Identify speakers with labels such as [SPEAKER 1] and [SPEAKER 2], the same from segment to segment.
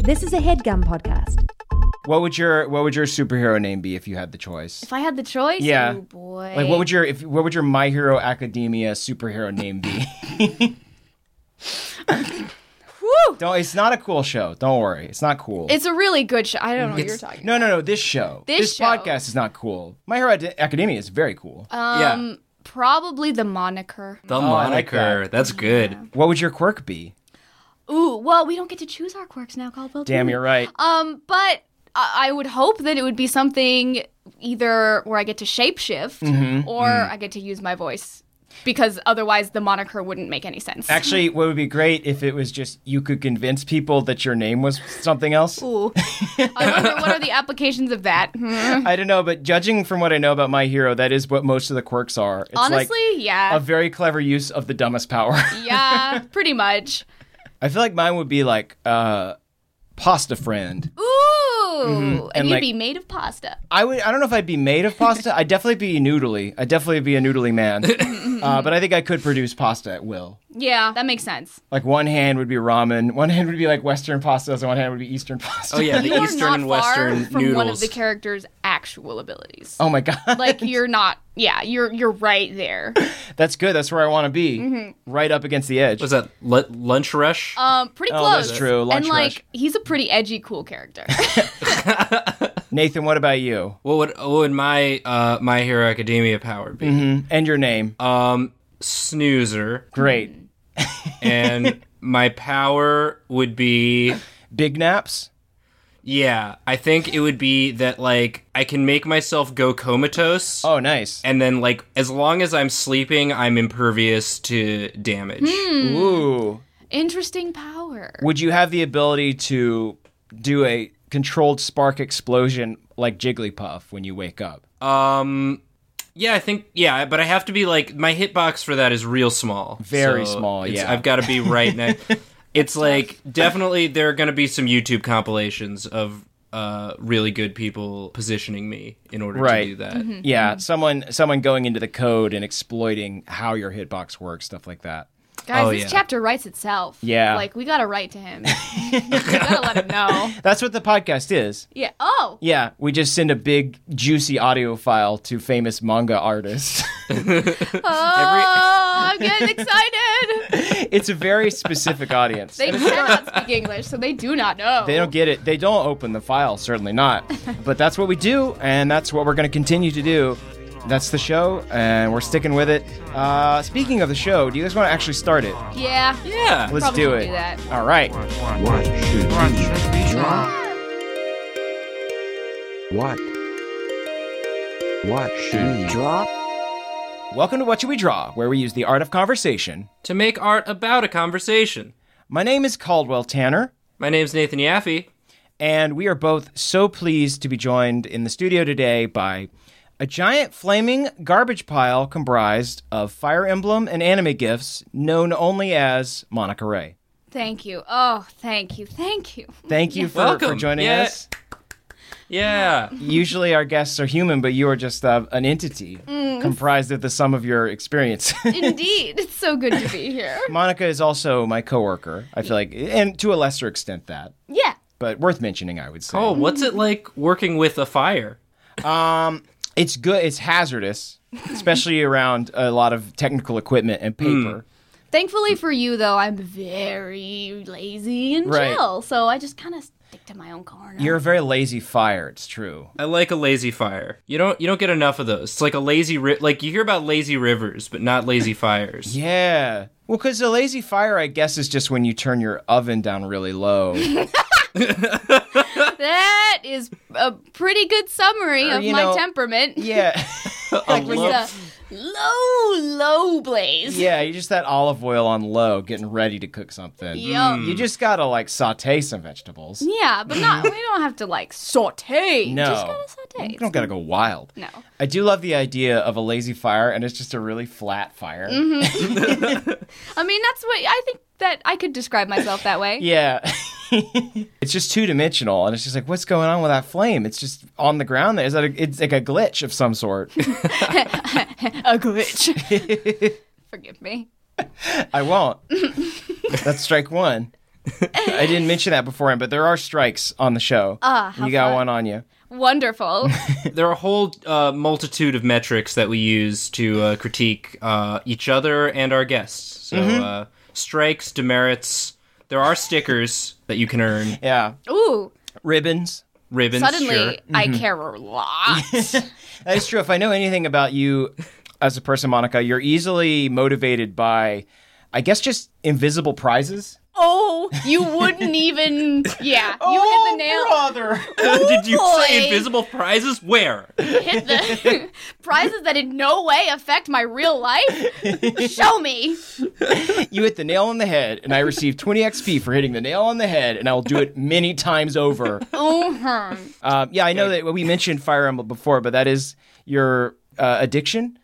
[SPEAKER 1] This is a headgum podcast.
[SPEAKER 2] What would your What would your superhero name be if you had the choice?
[SPEAKER 3] If I had the choice,
[SPEAKER 2] Yeah.
[SPEAKER 3] oh boy.
[SPEAKER 2] Like, what would your if What would your My Hero Academia superhero name be?
[SPEAKER 3] Woo!
[SPEAKER 2] Don't. It's not a cool show. Don't worry. It's not cool.
[SPEAKER 3] It's a really good show. I don't know what you're talking.
[SPEAKER 2] no, no, no. This show.
[SPEAKER 3] This show.
[SPEAKER 2] podcast is not cool. My Hero Ad- Academia is very cool.
[SPEAKER 3] Um, probably the moniker.
[SPEAKER 4] The
[SPEAKER 2] Oh, I like
[SPEAKER 4] moniker. That's good.
[SPEAKER 2] what would your quirk be?
[SPEAKER 3] Ooh, well, we don't get to choose our quirks now, Caldwell. do
[SPEAKER 2] Damn,
[SPEAKER 3] we?
[SPEAKER 2] you're right.
[SPEAKER 3] Um, but I-, I would hope that it would be something either where I get to shapeshift
[SPEAKER 2] Mm-hmm.
[SPEAKER 3] or I get to use my voice, because otherwise the moniker wouldn't make any sense.
[SPEAKER 2] Actually, what would be great if it was just you could convince people that your name was something else.
[SPEAKER 3] Ooh. I wonder what are the applications of that. Hmm.
[SPEAKER 2] I don't know, but judging from what I know about My Hero, that is what most of the quirks are. It's
[SPEAKER 3] Honestly,
[SPEAKER 2] like
[SPEAKER 3] yeah,
[SPEAKER 2] a very clever use of the dumbest power.
[SPEAKER 3] yeah, pretty much.
[SPEAKER 2] I feel like mine would be like uh, pasta friend.
[SPEAKER 3] Ooh, and,
[SPEAKER 2] Mm-hmm. And,
[SPEAKER 3] you'd
[SPEAKER 2] like-
[SPEAKER 3] be made of pasta.
[SPEAKER 2] I would. I don't know if I'd be made of pasta. I'd definitely be noodly. I'd definitely be a noodly man. uh, but I think I could produce pasta at will.
[SPEAKER 3] Yeah, that makes sense.
[SPEAKER 2] Like one hand would be ramen, one hand would be like Western pastas, and one hand would be Eastern pasta.
[SPEAKER 4] Oh yeah, the
[SPEAKER 3] You
[SPEAKER 4] Eastern
[SPEAKER 3] are not
[SPEAKER 4] and
[SPEAKER 3] far
[SPEAKER 4] Western
[SPEAKER 3] from
[SPEAKER 4] noodles.
[SPEAKER 3] one of the characters' actual abilities.
[SPEAKER 2] Oh my god.
[SPEAKER 3] Like you're not. Yeah, you're you're right there.
[SPEAKER 2] That's good. That's where I want to be.
[SPEAKER 3] Mm-hmm.
[SPEAKER 2] Right up against the edge.
[SPEAKER 4] was that Lu- lunch rush?
[SPEAKER 3] Um, pretty
[SPEAKER 2] Oh,
[SPEAKER 3] close.
[SPEAKER 2] that's true. Lunch
[SPEAKER 3] and like
[SPEAKER 2] rush.
[SPEAKER 3] he's a pretty edgy, cool character.
[SPEAKER 2] Nathan, what about you?
[SPEAKER 4] what would what would my uh, My Hero Academia power be?
[SPEAKER 2] And your name.
[SPEAKER 4] Um, snoozer,
[SPEAKER 2] Great.
[SPEAKER 4] and my power would be
[SPEAKER 2] Big naps.
[SPEAKER 4] yeah. I think it would be that like I can make myself go comatose.
[SPEAKER 2] Oh, nice.
[SPEAKER 4] And then, like, as long as I'm sleeping, I'm impervious to damage.
[SPEAKER 3] Mm.
[SPEAKER 2] Ooh.
[SPEAKER 3] Interesting power.
[SPEAKER 2] Would you have the ability to do a controlled spark explosion like Jigglypuff when you wake up?
[SPEAKER 4] Um, yeah, I think yeah, but I have to be like my hitbox for that is real small,
[SPEAKER 2] Very small,
[SPEAKER 4] it's-
[SPEAKER 2] yeah.
[SPEAKER 4] I've got to be right next. it's like definitely there are going to be some YouTube compilations of uh really good people positioning me in order
[SPEAKER 2] Right.
[SPEAKER 4] to do that.
[SPEAKER 2] Yeah, someone someone going into the code and exploiting how your hitbox works, stuff like that.
[SPEAKER 3] Guys,
[SPEAKER 4] Oh,
[SPEAKER 3] this
[SPEAKER 4] yeah.
[SPEAKER 3] chapter writes itself.
[SPEAKER 2] Yeah.
[SPEAKER 3] Like we gotta write to him. we gotta let him know.
[SPEAKER 2] That's what the podcast is.
[SPEAKER 3] Yeah. Oh.
[SPEAKER 2] Yeah, we just send a big juicy audio file to famous manga artists.
[SPEAKER 3] Oh, I'm getting excited.
[SPEAKER 2] it's a very specific audience.
[SPEAKER 3] They cannot speak English, so they do not know.
[SPEAKER 2] They don't get it. They don't open the file, certainly not. but that's what we do, and that's what we're going to continue to do. That's the show, and we're sticking with it. Uh, speaking of the show, do you guys want to actually start it?
[SPEAKER 3] Yeah.
[SPEAKER 4] Yeah.
[SPEAKER 2] Let's
[SPEAKER 3] Probably
[SPEAKER 2] do
[SPEAKER 3] should
[SPEAKER 2] it.
[SPEAKER 3] do that.
[SPEAKER 2] All right.
[SPEAKER 5] What should be drawn? What? What should be drawn?
[SPEAKER 2] Welcome to What Should We Draw, where we use the art of conversation.
[SPEAKER 4] To make art about a conversation.
[SPEAKER 2] My name is Caldwell Tanner.
[SPEAKER 4] My name's Nathan Yaffe.
[SPEAKER 2] And we are both so pleased to be joined in the studio today by a giant flaming garbage pile comprised of Fire Emblem and anime gifts known only as Monica Ray.
[SPEAKER 3] Thank you. Oh, thank you. Thank you.
[SPEAKER 2] Thank you for, for
[SPEAKER 4] Welcome.
[SPEAKER 2] joining
[SPEAKER 4] Yeah.
[SPEAKER 2] us.
[SPEAKER 4] Yeah.
[SPEAKER 2] Usually our guests are human, but you are just uh, an entity
[SPEAKER 4] Mm,
[SPEAKER 2] comprised of the sum of your experience.
[SPEAKER 3] Indeed. It's so good to be here.
[SPEAKER 2] Monica is also my coworker. I feel like, and to a lesser extent that,
[SPEAKER 3] Yeah.
[SPEAKER 2] but worth mentioning, I would say.
[SPEAKER 4] Oh, what's it like working with a fire?
[SPEAKER 2] it's good. It's hazardous, especially around a lot of technical equipment
[SPEAKER 4] Hmm.
[SPEAKER 2] and paper.
[SPEAKER 3] Thankfully for you, though, I'm very lazy and
[SPEAKER 2] Right.
[SPEAKER 3] chill, so I just kind of stick to my own corner.
[SPEAKER 2] You're a very lazy fire. It's true.
[SPEAKER 4] I like a lazy fire. You don't you don't get enough of those. It's like a lazy ri- like you hear about lazy rivers, but not lazy fires.
[SPEAKER 2] Yeah. Well, because a lazy fire, I guess, is just when you turn your oven down really low.
[SPEAKER 3] that is a pretty good summary
[SPEAKER 2] Or,
[SPEAKER 3] of
[SPEAKER 2] Uh, you
[SPEAKER 3] my
[SPEAKER 2] know-
[SPEAKER 3] temperament.
[SPEAKER 2] yeah.
[SPEAKER 4] A
[SPEAKER 3] It was
[SPEAKER 4] lo-
[SPEAKER 3] a low, low blaze.
[SPEAKER 2] yeah. You just that olive oil on low, getting ready to cook something.
[SPEAKER 3] Yup. Mm.
[SPEAKER 2] You just gotta like saute some vegetables. You
[SPEAKER 3] Yeah, but not. we don't have to like saute.
[SPEAKER 2] No.
[SPEAKER 3] just gotta saute.
[SPEAKER 2] don't gotta go wild.
[SPEAKER 3] no.
[SPEAKER 2] I do love the idea of a lazy fire, and it's just a really flat fire.
[SPEAKER 3] Mm-hmm. I mean, that's what I think that I could describe myself that way.
[SPEAKER 2] Yeah. it's just two dimensional, and it's just like, what's going on with that flame? It's just on the ground. There is that a, it's like a glitch of some sort.
[SPEAKER 3] A glitch. Forgive me.
[SPEAKER 2] I won't. That's strike one. I didn't mention that beforehand, but there are strikes on the show.
[SPEAKER 3] Ah,
[SPEAKER 2] And
[SPEAKER 3] how
[SPEAKER 2] you got
[SPEAKER 3] fun.
[SPEAKER 2] one on you.
[SPEAKER 3] Wonderful.
[SPEAKER 4] There are a whole uh, multitude of metrics that we use to uh, critique uh, each other and our guests. So
[SPEAKER 2] Mm-hmm.
[SPEAKER 4] uh, strikes, demerits. There are stickers that you can earn,
[SPEAKER 2] Yeah,
[SPEAKER 3] Ooh,
[SPEAKER 2] ribbons.
[SPEAKER 4] ribbons.
[SPEAKER 3] suddenly
[SPEAKER 4] sure.
[SPEAKER 3] I
[SPEAKER 2] Mm-hmm.
[SPEAKER 3] care a lot.
[SPEAKER 2] That is true. If I know anything about you as a person, Monica, you're easily motivated by, I guess, just invisible prizes.
[SPEAKER 3] oh, you wouldn't even. Yeah, you hit the nail.
[SPEAKER 2] brother!
[SPEAKER 4] Did you
[SPEAKER 3] oh, boy.
[SPEAKER 4] say invisible prizes? Where?
[SPEAKER 3] Hit the prizes that in no way affect my real life. Show me.
[SPEAKER 2] you hit the nail on the head, and I receive 20 XP for hitting the nail on the head, and I will do it many times over.
[SPEAKER 3] Uh-huh.
[SPEAKER 2] Um, yeah, I know that we mentioned Fire Emblem before, but that is your uh, addiction,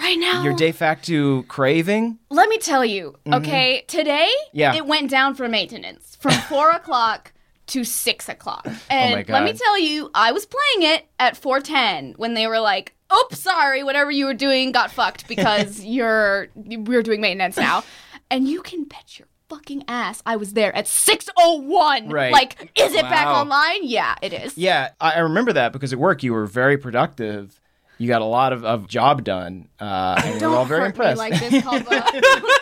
[SPEAKER 3] Right now.
[SPEAKER 2] your de facto craving.
[SPEAKER 3] Let me tell you, okay, today
[SPEAKER 2] Mm-hmm. Yeah.
[SPEAKER 3] it went down for maintenance from four o'clock to six o'clock. And let me
[SPEAKER 2] Oh God.
[SPEAKER 3] tell you, I was playing it at four ten when they were like, Oops, sorry, whatever you were doing got fucked because you're we're doing maintenance now. And you can bet your fucking ass I was there at six oh one.
[SPEAKER 2] Right.
[SPEAKER 3] Like, is it back
[SPEAKER 4] Wow.
[SPEAKER 3] online? Yeah, it is.
[SPEAKER 2] Yeah, I, I remember that because at work you were very productive. You got a lot of, of job done. Uh, and we
[SPEAKER 3] Don't
[SPEAKER 2] we're all very
[SPEAKER 3] hurt
[SPEAKER 2] impressed.
[SPEAKER 3] me like this, Kalba.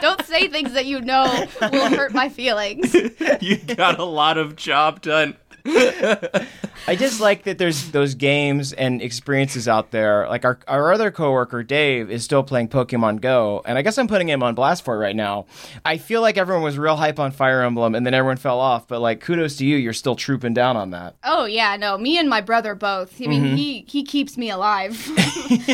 [SPEAKER 3] Don't say things that you know will hurt my feelings.
[SPEAKER 4] you got a lot of job done.
[SPEAKER 2] I just like that there's those games and experiences out there. Like our our other coworker Dave is still playing Pokemon Go, and I guess I'm putting him on blast for it right now. I feel like everyone was real hype on Fire Emblem, and then everyone fell off. But like, kudos to you, you're still trooping down on that.
[SPEAKER 3] Oh yeah, no, me and my brother both. I
[SPEAKER 2] Mm-hmm.
[SPEAKER 3] mean, he he keeps me alive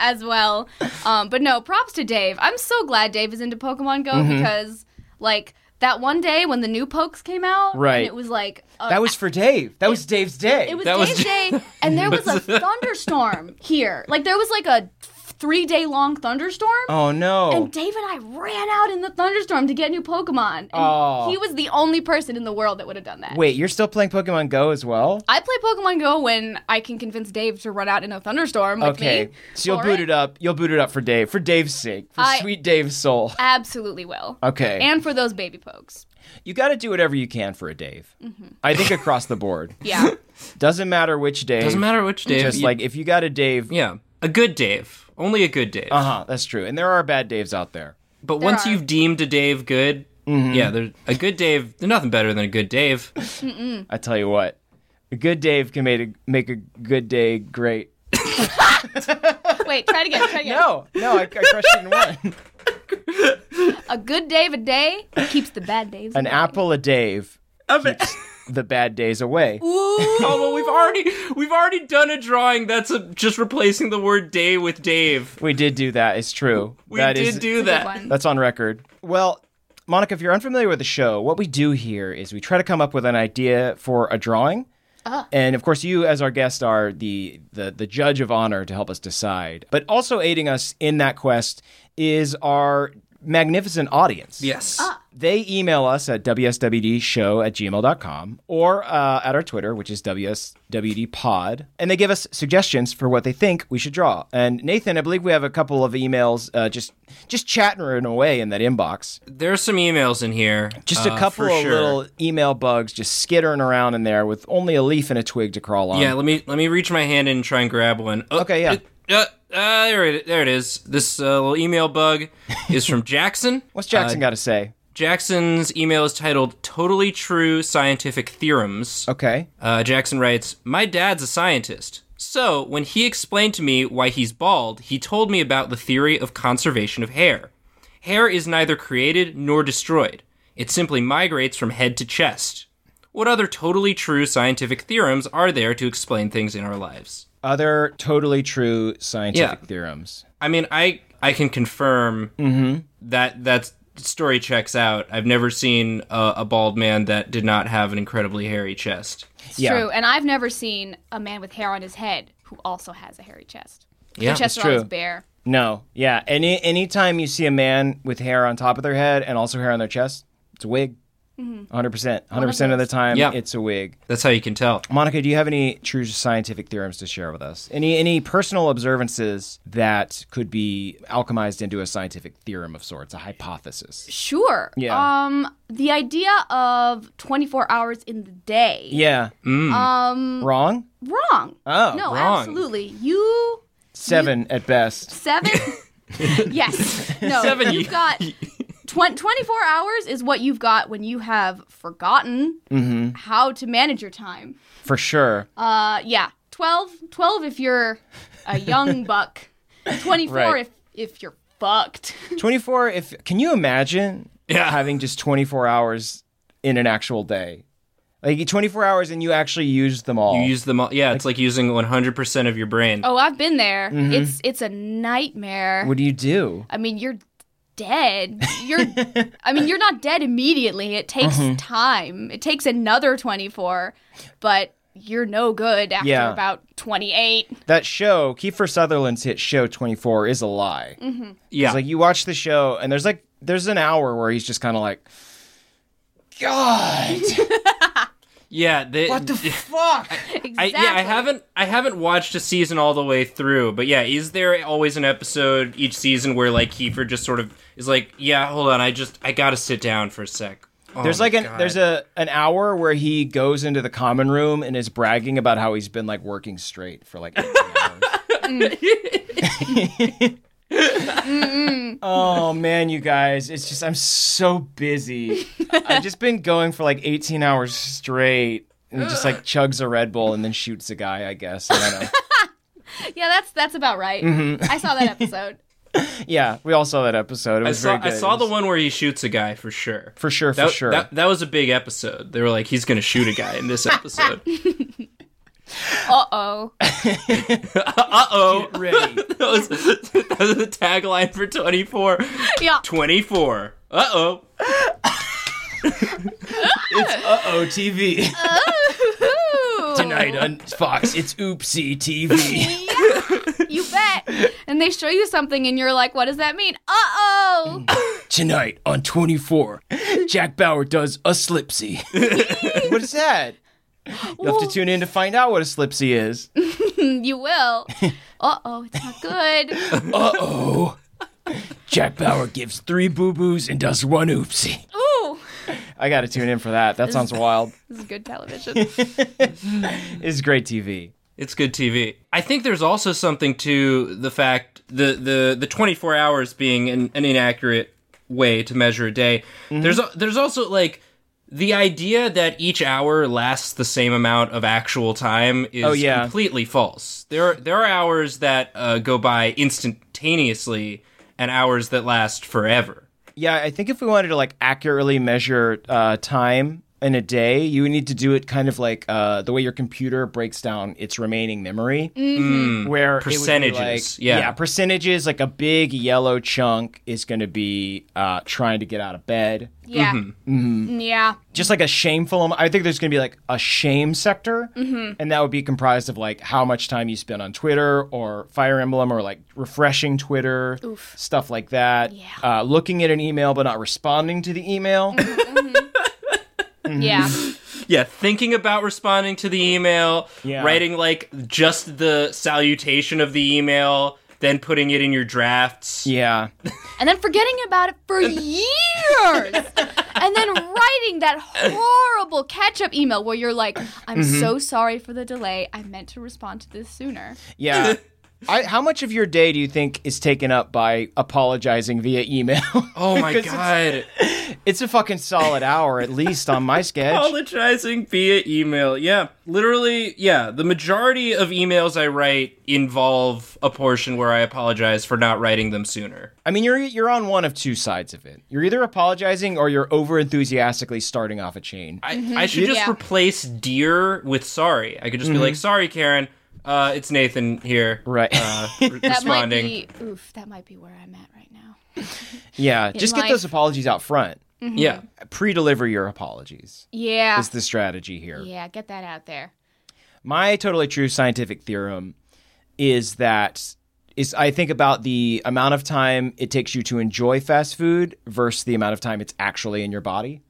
[SPEAKER 3] as well. Um, but no, props to Dave. I'm so glad Dave is into Pokemon Go
[SPEAKER 2] Mm-hmm.
[SPEAKER 3] because like that one day when the new pokes came out, and
[SPEAKER 2] Right.
[SPEAKER 3] it was like a-
[SPEAKER 2] That was for Dave. That was Dave's day.
[SPEAKER 3] Oh, it was
[SPEAKER 4] that was
[SPEAKER 3] Dave's day, and there was a thunderstorm here. Like there was like a three day long thunderstorm.
[SPEAKER 2] oh no.
[SPEAKER 3] And Dave and I ran out in the thunderstorm to get new Pokemon. And
[SPEAKER 2] Oh.
[SPEAKER 3] He was the only person in the world that would have done that.
[SPEAKER 2] Wait, you're still playing Pokemon Go as well?
[SPEAKER 3] I play Pokemon Go when I can convince Dave to run out in a thunderstorm with
[SPEAKER 2] Okay,
[SPEAKER 3] me.
[SPEAKER 2] so you'll
[SPEAKER 3] All
[SPEAKER 2] boot
[SPEAKER 3] right.
[SPEAKER 2] it up. You'll boot it up for Dave, for Dave's sake, for
[SPEAKER 3] I-
[SPEAKER 2] sweet Dave's soul.
[SPEAKER 3] Absolutely will.
[SPEAKER 2] Okay,
[SPEAKER 3] And for those baby pokes.
[SPEAKER 2] you got to do whatever you can for a Dave.
[SPEAKER 3] Mm-hmm.
[SPEAKER 2] I think across the board,
[SPEAKER 3] Yeah.
[SPEAKER 2] doesn't matter which Dave.
[SPEAKER 4] Doesn't matter which Dave.
[SPEAKER 2] Just
[SPEAKER 4] you-
[SPEAKER 2] like if you got a Dave,
[SPEAKER 4] yeah, a good Dave, only a good Dave.
[SPEAKER 2] uh huh, that's true. And there are bad Daves out there.
[SPEAKER 4] But once
[SPEAKER 3] are.
[SPEAKER 4] you've deemed a Dave good,
[SPEAKER 2] Mm-hmm.
[SPEAKER 4] yeah, there's a good Dave. There's nothing better than a good Dave.
[SPEAKER 2] I tell you what, a good Dave can make a, make a good day great.
[SPEAKER 3] Wait, try it again. Try it again.
[SPEAKER 2] No, no, I, I crushed it in one.
[SPEAKER 3] A good Dave a day keeps the bad days.
[SPEAKER 2] An
[SPEAKER 3] away.
[SPEAKER 2] apple a Dave keeps the bad days away.
[SPEAKER 3] Ooh.
[SPEAKER 4] Oh well, we've already we've already done a drawing that's a, just replacing the word day with Dave.
[SPEAKER 2] We did do that. It's true.
[SPEAKER 4] We
[SPEAKER 2] That
[SPEAKER 4] did
[SPEAKER 2] is-
[SPEAKER 4] do
[SPEAKER 3] Good
[SPEAKER 4] that.
[SPEAKER 3] one.
[SPEAKER 2] That's on record. Well, Monica, if you're unfamiliar with the show, what we do here is we try to come up with an idea for a drawing. And of course, you as our guest are the, the the judge of honor to help us decide. But also aiding us in that quest is our magnificent audience.
[SPEAKER 4] Yes.
[SPEAKER 3] Ah.
[SPEAKER 2] They email us at wswdshow at gmail.com or uh, at our Twitter, which is wswdpod. And they give us suggestions for what they think we should draw. And Nathan, I believe we have a couple of emails uh, just just chattering away in that inbox.
[SPEAKER 4] There's some emails in here.
[SPEAKER 2] Just a
[SPEAKER 4] uh,
[SPEAKER 2] couple
[SPEAKER 4] for
[SPEAKER 2] of
[SPEAKER 4] sure.
[SPEAKER 2] little email bugs just skittering around in there with only a leaf and a twig to crawl on.
[SPEAKER 4] Yeah, let me let me reach my hand in and try and grab one. Oh,
[SPEAKER 2] Okay, yeah.
[SPEAKER 4] Uh, uh, there it there it is. This uh, little email bug is from Jackson.
[SPEAKER 2] What's Jackson
[SPEAKER 4] Uh,
[SPEAKER 2] got to say?
[SPEAKER 4] Jackson's email is titled "Totally True Scientific Theorems."
[SPEAKER 2] Okay.
[SPEAKER 4] Uh, Jackson writes, My dad's a scientist. So, when he explained to me why he's bald, he told me about the theory of conservation of hair. Hair is neither created nor destroyed, it simply migrates from head to chest. What other totally true scientific theorems are there to explain things in our lives?
[SPEAKER 2] Other totally true scientific
[SPEAKER 4] Yeah.
[SPEAKER 2] theorems.
[SPEAKER 4] I mean, I I can confirm that that story checks out. I've never seen a, a bald man that did not have an incredibly hairy chest.
[SPEAKER 3] It's
[SPEAKER 2] Yeah.
[SPEAKER 3] true. And I've never seen a man with hair on his head who also has a hairy chest.
[SPEAKER 4] Yeah,
[SPEAKER 3] Their chest is
[SPEAKER 2] true.
[SPEAKER 3] always bare.
[SPEAKER 2] No. Yeah. Any anytime you see a man with hair on top of their head and also hair on their chest, it's a wig. Hundred percent, hundred percent of the time,
[SPEAKER 4] Yeah.
[SPEAKER 2] it's a wig.
[SPEAKER 4] That's how you can tell.
[SPEAKER 2] Monica, do you have any true scientific theorems to share with us? Any any personal observances that could be alchemized into a scientific theorem of sorts, a hypothesis?
[SPEAKER 3] Sure.
[SPEAKER 2] Yeah.
[SPEAKER 3] Um, the idea of 24 hours in the day.
[SPEAKER 2] Yeah.
[SPEAKER 3] Um,
[SPEAKER 2] Wrong.
[SPEAKER 3] wrong.
[SPEAKER 2] Oh,
[SPEAKER 3] no,
[SPEAKER 4] wrong.
[SPEAKER 3] absolutely. You
[SPEAKER 2] Seven at best.
[SPEAKER 3] seven. yes. No.
[SPEAKER 4] Seven,
[SPEAKER 3] You've
[SPEAKER 4] you-
[SPEAKER 3] got. Twen- 24 hours is what you've got when you have forgotten how to manage your time.
[SPEAKER 2] For sure.
[SPEAKER 3] Uh, yeah, 12, 12 if you're a young buck, 24
[SPEAKER 2] Right.
[SPEAKER 3] if, if you're fucked.
[SPEAKER 2] 24 if can you imagine
[SPEAKER 4] Yeah.
[SPEAKER 2] having just 24 hours in an actual day? Like 24 hours and you actually use them all.
[SPEAKER 4] You use them all. Yeah, it's like using 100% of your brain.
[SPEAKER 3] Oh, I've been there. It's it's a nightmare.
[SPEAKER 2] what do you do?
[SPEAKER 3] I mean, you're dead. You're I mean, you're not dead immediately. It takes
[SPEAKER 4] Mm-hmm.
[SPEAKER 3] time. It takes another 24, but you're no good after
[SPEAKER 2] Yeah.
[SPEAKER 3] about 28.
[SPEAKER 2] That show, Kiefer Sutherland's hit show 24 is a lie.
[SPEAKER 4] yeah.
[SPEAKER 2] It's like you watch the show and there's like there's an hour where he's just kind of like God,
[SPEAKER 4] yeah. They,
[SPEAKER 2] what the fuck?
[SPEAKER 3] Exactly.
[SPEAKER 4] I, yeah, I haven't I haven't watched a season all the way through, but yeah, is there always an episode each season where like Kiefer just sort of is like, yeah, hold on, I just I gotta sit down for a sec. Oh
[SPEAKER 2] There's
[SPEAKER 4] my
[SPEAKER 2] like an
[SPEAKER 4] God.
[SPEAKER 2] there's a an hour where he goes into the common room and is bragging about how he's been like working straight for like 18 hours. oh man, you guys, it's just I'm so busy. I've just been going for like 18 hours straight and he just like chugs a Red Bull and then shoots a guy, I guess. I don't know.
[SPEAKER 3] Yeah, that's that's about right.
[SPEAKER 4] Mm-hmm.
[SPEAKER 3] I saw that episode.
[SPEAKER 2] yeah, we all saw that episode. It
[SPEAKER 4] I
[SPEAKER 2] was
[SPEAKER 4] saw
[SPEAKER 2] very
[SPEAKER 4] I
[SPEAKER 2] good.
[SPEAKER 4] saw
[SPEAKER 2] It
[SPEAKER 4] the
[SPEAKER 2] was-
[SPEAKER 4] one where he shoots a guy for sure.
[SPEAKER 2] for sure, for
[SPEAKER 4] that,
[SPEAKER 2] sure.
[SPEAKER 4] That, that was a big episode. They were like, he's gonna shoot a guy in this episode.
[SPEAKER 3] Uh-oh.
[SPEAKER 4] uh oh.
[SPEAKER 2] Ready.
[SPEAKER 4] That was, that was the tagline for 24.
[SPEAKER 3] Yeah.
[SPEAKER 4] 24. Uh oh.
[SPEAKER 2] Uh-oh, TV.
[SPEAKER 3] Ooh.
[SPEAKER 2] Tonight on Fox, it's Oopsie TV.
[SPEAKER 3] You bet. And they show you something and you're like, what does that mean? Uh oh.
[SPEAKER 2] Tonight on 24, Jack Bauer does a slipsy. what is that? You'll have to tune in to find out what a slipsy is.
[SPEAKER 4] Mm.
[SPEAKER 3] You will. Uh oh, it's not good.
[SPEAKER 2] Uh-oh. Oh, Jack Bauer gives three boo-boos and does one oopsie.
[SPEAKER 3] Ooh.
[SPEAKER 2] I gotta tune in for that. That sounds wild.
[SPEAKER 3] This is good television.
[SPEAKER 2] It's great TV.
[SPEAKER 4] It's good TV. I think there's also something to the fact the the the 24 hours being an, an inaccurate way to measure a day.
[SPEAKER 2] Mm-hmm.
[SPEAKER 4] There's a, there's also like the idea that each hour lasts the same amount of actual time is
[SPEAKER 2] Oh, yeah.
[SPEAKER 4] completely false. There are, there are hours that uh, go by instantaneously and hours that last forever.
[SPEAKER 2] Yeah, I think if we wanted to like accurately measure uh, time in a day, you would need to do it kind of like uh, the way your computer breaks down its remaining memory, Mm. where it would be
[SPEAKER 4] Mm-hmm. Percentages,
[SPEAKER 2] like-
[SPEAKER 4] yeah.
[SPEAKER 2] percentages. Like a big yellow chunk is going to be uh, trying to get out of bed,
[SPEAKER 3] Yeah.
[SPEAKER 4] Mm-hmm.
[SPEAKER 3] Yeah.
[SPEAKER 2] just like a shameful. am- I think there's going to be like a shame sector, and that would be comprised of like how much time you spend on Twitter or Fire Emblem or like refreshing Twitter, stuff like that.
[SPEAKER 3] Yeah.
[SPEAKER 2] Uh, looking at an email but not responding to the email.
[SPEAKER 4] Mm-hmm.
[SPEAKER 3] Yeah.
[SPEAKER 4] Yeah, thinking about responding to the email,
[SPEAKER 2] Yeah.
[SPEAKER 4] writing like just the salutation of the email, then putting it in your drafts.
[SPEAKER 2] yeah,
[SPEAKER 3] And then forgetting about it for years. And then writing that horrible catch up email where you're like, I'm
[SPEAKER 2] Mm-hmm.
[SPEAKER 3] so sorry for the delay. I meant to respond to this sooner.
[SPEAKER 2] yeah. I, how much of your day do you think is taken up by apologizing via email?
[SPEAKER 4] Oh my
[SPEAKER 2] 'Cause it's-
[SPEAKER 4] god.
[SPEAKER 2] it's a fucking solid hour at least on my sketch.
[SPEAKER 4] Apologizing via email. Yeah. Literally, yeah. The majority of emails I write involve a portion where I apologize for not writing them sooner.
[SPEAKER 2] I mean, you're you're on one of two sides of it. You're either apologizing or you're over enthusiastically starting off a chain.
[SPEAKER 4] I, I should just
[SPEAKER 3] Mm-hmm. Yeah.
[SPEAKER 4] replace dear with sorry. I could just be like, sorry, Karen. Uh, it's Nathan here.
[SPEAKER 2] Mm-hmm. Right.
[SPEAKER 4] Uh, re-
[SPEAKER 3] That
[SPEAKER 4] responding.
[SPEAKER 3] might be oof, that might be where I'm at right now.
[SPEAKER 2] yeah, just get
[SPEAKER 3] life-
[SPEAKER 2] those apologies out front.
[SPEAKER 3] Mm-hmm.
[SPEAKER 4] Yeah.
[SPEAKER 2] Pre-deliver your apologies
[SPEAKER 3] Yeah.
[SPEAKER 2] is the strategy here.
[SPEAKER 3] Yeah, get that out there.
[SPEAKER 2] my totally true scientific theorem is that is I think about the amount of time it takes you to enjoy fast food versus the amount of time it's actually in your body.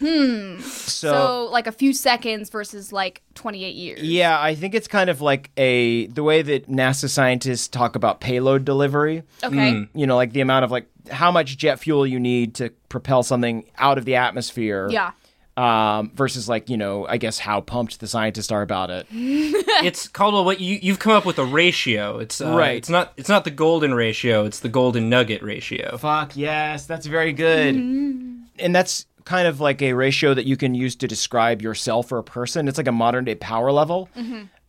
[SPEAKER 3] Hmm. So, like a few seconds versus like 28 years.
[SPEAKER 2] Yeah, I think it's kind of like a the way that NASA scientists talk about payload delivery.
[SPEAKER 3] Okay.
[SPEAKER 2] You know, like the amount of like how much jet fuel you need to propel something out of the atmosphere.
[SPEAKER 3] Yeah.
[SPEAKER 2] Um, versus like you know, I guess how pumped the scientists are about it.
[SPEAKER 4] it's Caldwell. What you you've come up with a ratio? It's uh,
[SPEAKER 2] Right.
[SPEAKER 4] It's not it's not the golden ratio. It's the golden nugget ratio.
[SPEAKER 2] Fuck yes, that's very good. And that's kind of like a ratio that you can use to describe yourself or a person. It's like a modern day power level.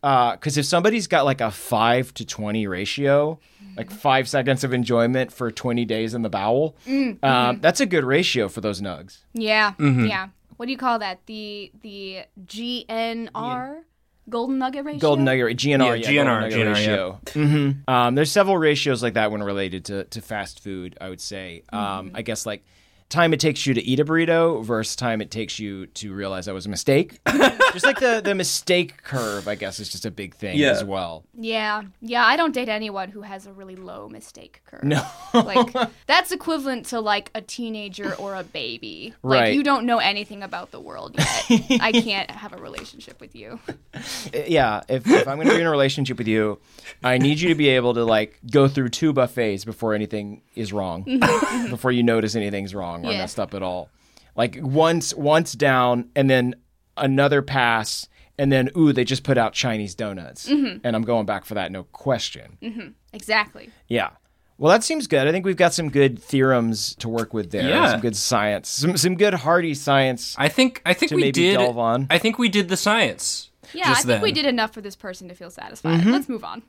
[SPEAKER 2] Because if somebody's got like a five to twenty ratio, like five seconds of enjoyment for twenty days in the bowel, um, that's a good ratio for those nugs.
[SPEAKER 3] Yeah.
[SPEAKER 2] Mm-hmm.
[SPEAKER 3] Yeah. What do you call that? The the GNR golden nugget ratio.
[SPEAKER 2] Golden nugget GNR, yeah,
[SPEAKER 4] Yeah,
[SPEAKER 2] golden
[SPEAKER 4] GNR,
[SPEAKER 2] nugget
[SPEAKER 4] yeah. Mm-hmm.
[SPEAKER 2] ratio. Mhm. Um, there's several ratios like that when related to, to fast food. I would say, um, I guess like time it takes you to eat a burrito versus time it takes you to realize that was a mistake. just like the the mistake curve, I guess is just a big thing
[SPEAKER 4] Yeah.
[SPEAKER 2] as well.
[SPEAKER 3] Yeah. Yeah, I don't date anyone who has a really low mistake curve. No. like that's equivalent to like a teenager or a baby.
[SPEAKER 2] Right.
[SPEAKER 3] Like you don't know anything about the world yet. I can't have a relationship with you.
[SPEAKER 2] Uh, Yeah, if, if I'm going to be in a relationship with you, I need you to be able to like go through two buffets before anything is wrong, before you notice anything's wrong or
[SPEAKER 3] Yeah.
[SPEAKER 2] messed up at all. Like once once down and then another pass and then ooh they just put out Chinese donuts and I'm going back for that no question.
[SPEAKER 3] Exactly.
[SPEAKER 2] Yeah. Well, that seems good. I think we've got some good theorems to work with there.
[SPEAKER 4] Yeah.
[SPEAKER 2] Some good science. Some some good hardy science.
[SPEAKER 4] I think I think
[SPEAKER 2] To
[SPEAKER 4] we
[SPEAKER 2] maybe
[SPEAKER 4] did.
[SPEAKER 2] delve on.
[SPEAKER 4] I think we did the science.
[SPEAKER 3] Yeah, I
[SPEAKER 4] just
[SPEAKER 3] think
[SPEAKER 4] then.
[SPEAKER 3] we did enough for this person to feel satisfied.
[SPEAKER 2] Mm-hmm.
[SPEAKER 3] Let's move on.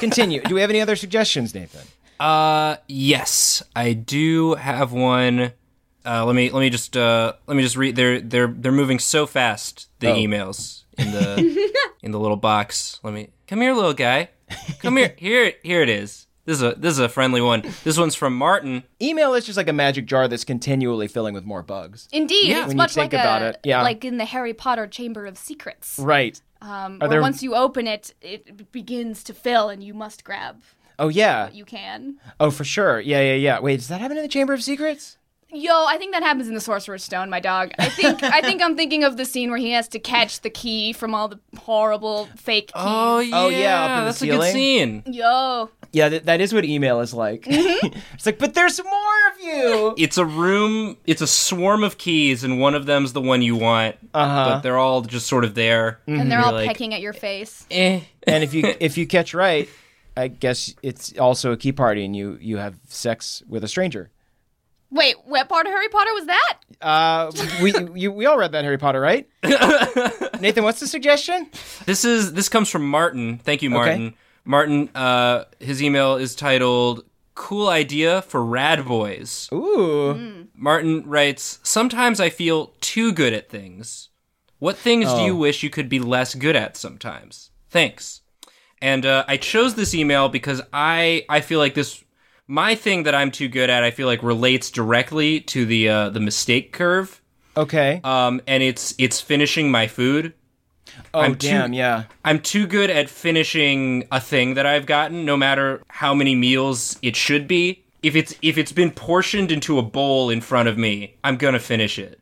[SPEAKER 2] Continue. Do we have any other suggestions, Nathan?
[SPEAKER 4] Uh, yes, I do have one. Uh, let me let me just uh, let me just read. They're they're they're moving so fast. The
[SPEAKER 2] Oh.
[SPEAKER 4] emails in the in the little box. Let me come here, little guy. Come here. Here here it is. This is a this is a friendly one. This one's from Martin.
[SPEAKER 2] Email is just like a magic jar that's continually filling with more bugs.
[SPEAKER 3] Indeed,
[SPEAKER 4] Yeah.
[SPEAKER 3] it's
[SPEAKER 4] When you
[SPEAKER 3] much
[SPEAKER 2] think
[SPEAKER 3] like
[SPEAKER 2] about
[SPEAKER 3] a,
[SPEAKER 2] it, yeah.
[SPEAKER 3] like in the Harry Potter Chamber of Secrets.
[SPEAKER 2] Right.
[SPEAKER 3] Um,
[SPEAKER 2] Are
[SPEAKER 3] where
[SPEAKER 2] there-
[SPEAKER 3] once you open it, it begins to fill, and you must grab
[SPEAKER 2] Oh yeah.
[SPEAKER 3] what you can.
[SPEAKER 2] Oh for sure. Yeah, yeah, yeah. Wait, does that happen in the Chamber of Secrets?
[SPEAKER 3] Yo, I think that happens in the Sorcerer's Stone, my dog. I think I think I'm thinking of the scene where he has to catch the key from all the horrible fake keys.
[SPEAKER 4] Oh yeah,
[SPEAKER 2] Oh, yeah, up in the
[SPEAKER 4] that's a
[SPEAKER 2] ceiling.
[SPEAKER 4] good scene.
[SPEAKER 3] Yo,
[SPEAKER 2] Yeah, th- that is what email is like.
[SPEAKER 3] Mm-hmm.
[SPEAKER 2] it's like, but there's more of you.
[SPEAKER 4] It's a room. It's a swarm of keys, and one of them's the one you want. Uh-huh. But they're all just sort of there.
[SPEAKER 3] and they're all
[SPEAKER 4] like-
[SPEAKER 3] pecking at your face.
[SPEAKER 4] Eh.
[SPEAKER 2] and if you if you catch right, I guess it's also a key party, and you you have sex with a stranger.
[SPEAKER 3] Wait, what part of Harry Potter was that?
[SPEAKER 2] Uh, we you, we all read that Harry Potter, right? Nathan, what's the suggestion?
[SPEAKER 4] This is this comes from Martin. Thank you, Martin. Martin, uh, his email is titled "Cool Idea for Rad Boys."
[SPEAKER 2] Ooh,
[SPEAKER 3] Mm.
[SPEAKER 4] Martin writes, "Sometimes I feel too good at things. What things do you wish you could be less good at? Sometimes. Thanks." And uh, I chose this email because I I feel like this my thing that I'm too good at. I feel like relates directly to the uh, the mistake curve.
[SPEAKER 2] okay.
[SPEAKER 4] Um, and it's it's finishing my food.
[SPEAKER 2] oh
[SPEAKER 4] I'm too-
[SPEAKER 2] damn, yeah.
[SPEAKER 4] I'm too good at finishing a thing that I've gotten, no matter how many meals it should be. If it's if it's been portioned into a bowl in front of me, I'm gonna finish it.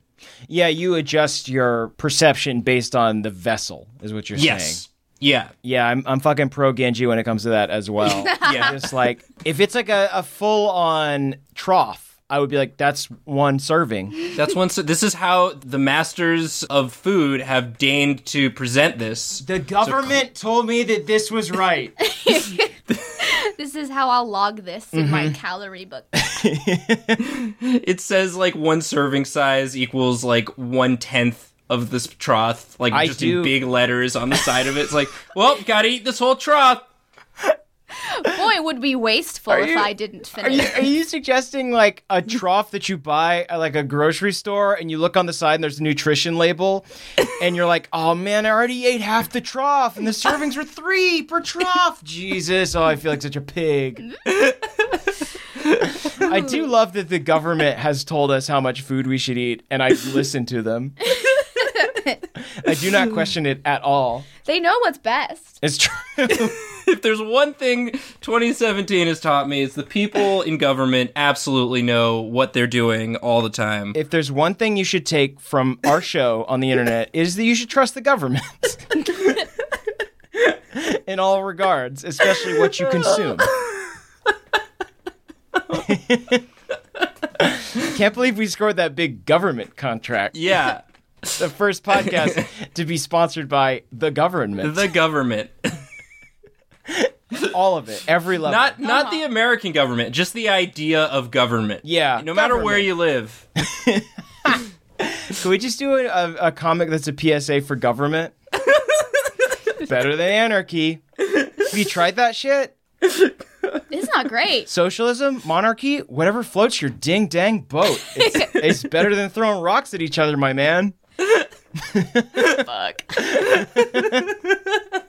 [SPEAKER 2] Yeah, you adjust your perception based on the vessel, is what you're saying.
[SPEAKER 4] Yes. Yeah.
[SPEAKER 2] Yeah, I'm, I'm fucking pro Genji when it comes to that as well. yeah. Just like, if it's like a, a full on trough, I would be like, that's one serving.
[SPEAKER 4] That's one. So this is how the masters of food have deigned to present this.
[SPEAKER 2] The government told me that this was right.
[SPEAKER 3] This is how I'll log this in my calorie book.
[SPEAKER 4] It says like one serving size equals like one tenth of this trough, like
[SPEAKER 2] I
[SPEAKER 4] just
[SPEAKER 2] do-
[SPEAKER 4] in big letters on the side of it. It's like, well, gotta eat this whole trough.
[SPEAKER 3] Boy, it would be wasteful if
[SPEAKER 2] you-
[SPEAKER 3] I didn't
[SPEAKER 2] Are you,
[SPEAKER 3] finish.
[SPEAKER 2] are you suggesting like a trough that you buy at like a grocery store and you look on the side and there's a nutrition label and you're like, oh man, I already ate half the trough and the servings were three per trough. Jesus, oh, I feel like such a pig. I do love that the government has told us how much food we should eat and I've listened to them. I do not question it at all.
[SPEAKER 3] They know what's best.
[SPEAKER 2] It's true.
[SPEAKER 4] if there's one thing 2017 has taught me, it's the people in government absolutely know what they're doing all the time.
[SPEAKER 2] If there's one thing you should take from our show on the internet is that you should trust the government. In all regards, especially what you consume. Can't believe we scored that big government contract.
[SPEAKER 4] yeah,
[SPEAKER 2] The first podcast to be sponsored by the government.
[SPEAKER 4] the government.
[SPEAKER 2] all of it, every level.
[SPEAKER 4] Not not the American government, just the idea of government.
[SPEAKER 2] Yeah,
[SPEAKER 4] No matter where
[SPEAKER 2] government.
[SPEAKER 4] you live.
[SPEAKER 2] Can we just do a, a, a comic that's a PSA for government? Better than anarchy. Have you tried that shit?
[SPEAKER 3] It's not great.
[SPEAKER 2] Socialism, monarchy, whatever floats your ding dang boat. It's, it's better than throwing rocks at each other, my man.
[SPEAKER 3] Fuck.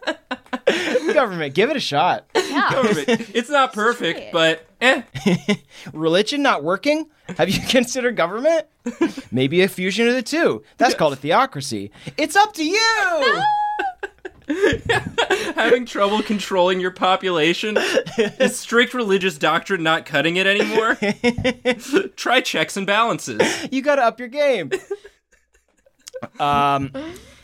[SPEAKER 2] Government, give it a shot.
[SPEAKER 3] Yeah.
[SPEAKER 4] it's not perfect, but eh.
[SPEAKER 2] Religion not working? Have you considered government? Maybe a fusion of the two. That's called a theocracy. It's up to you.
[SPEAKER 4] Having trouble controlling your population? Is strict religious doctrine not cutting it anymore? Try checks and balances.
[SPEAKER 2] You got to up your game. Um,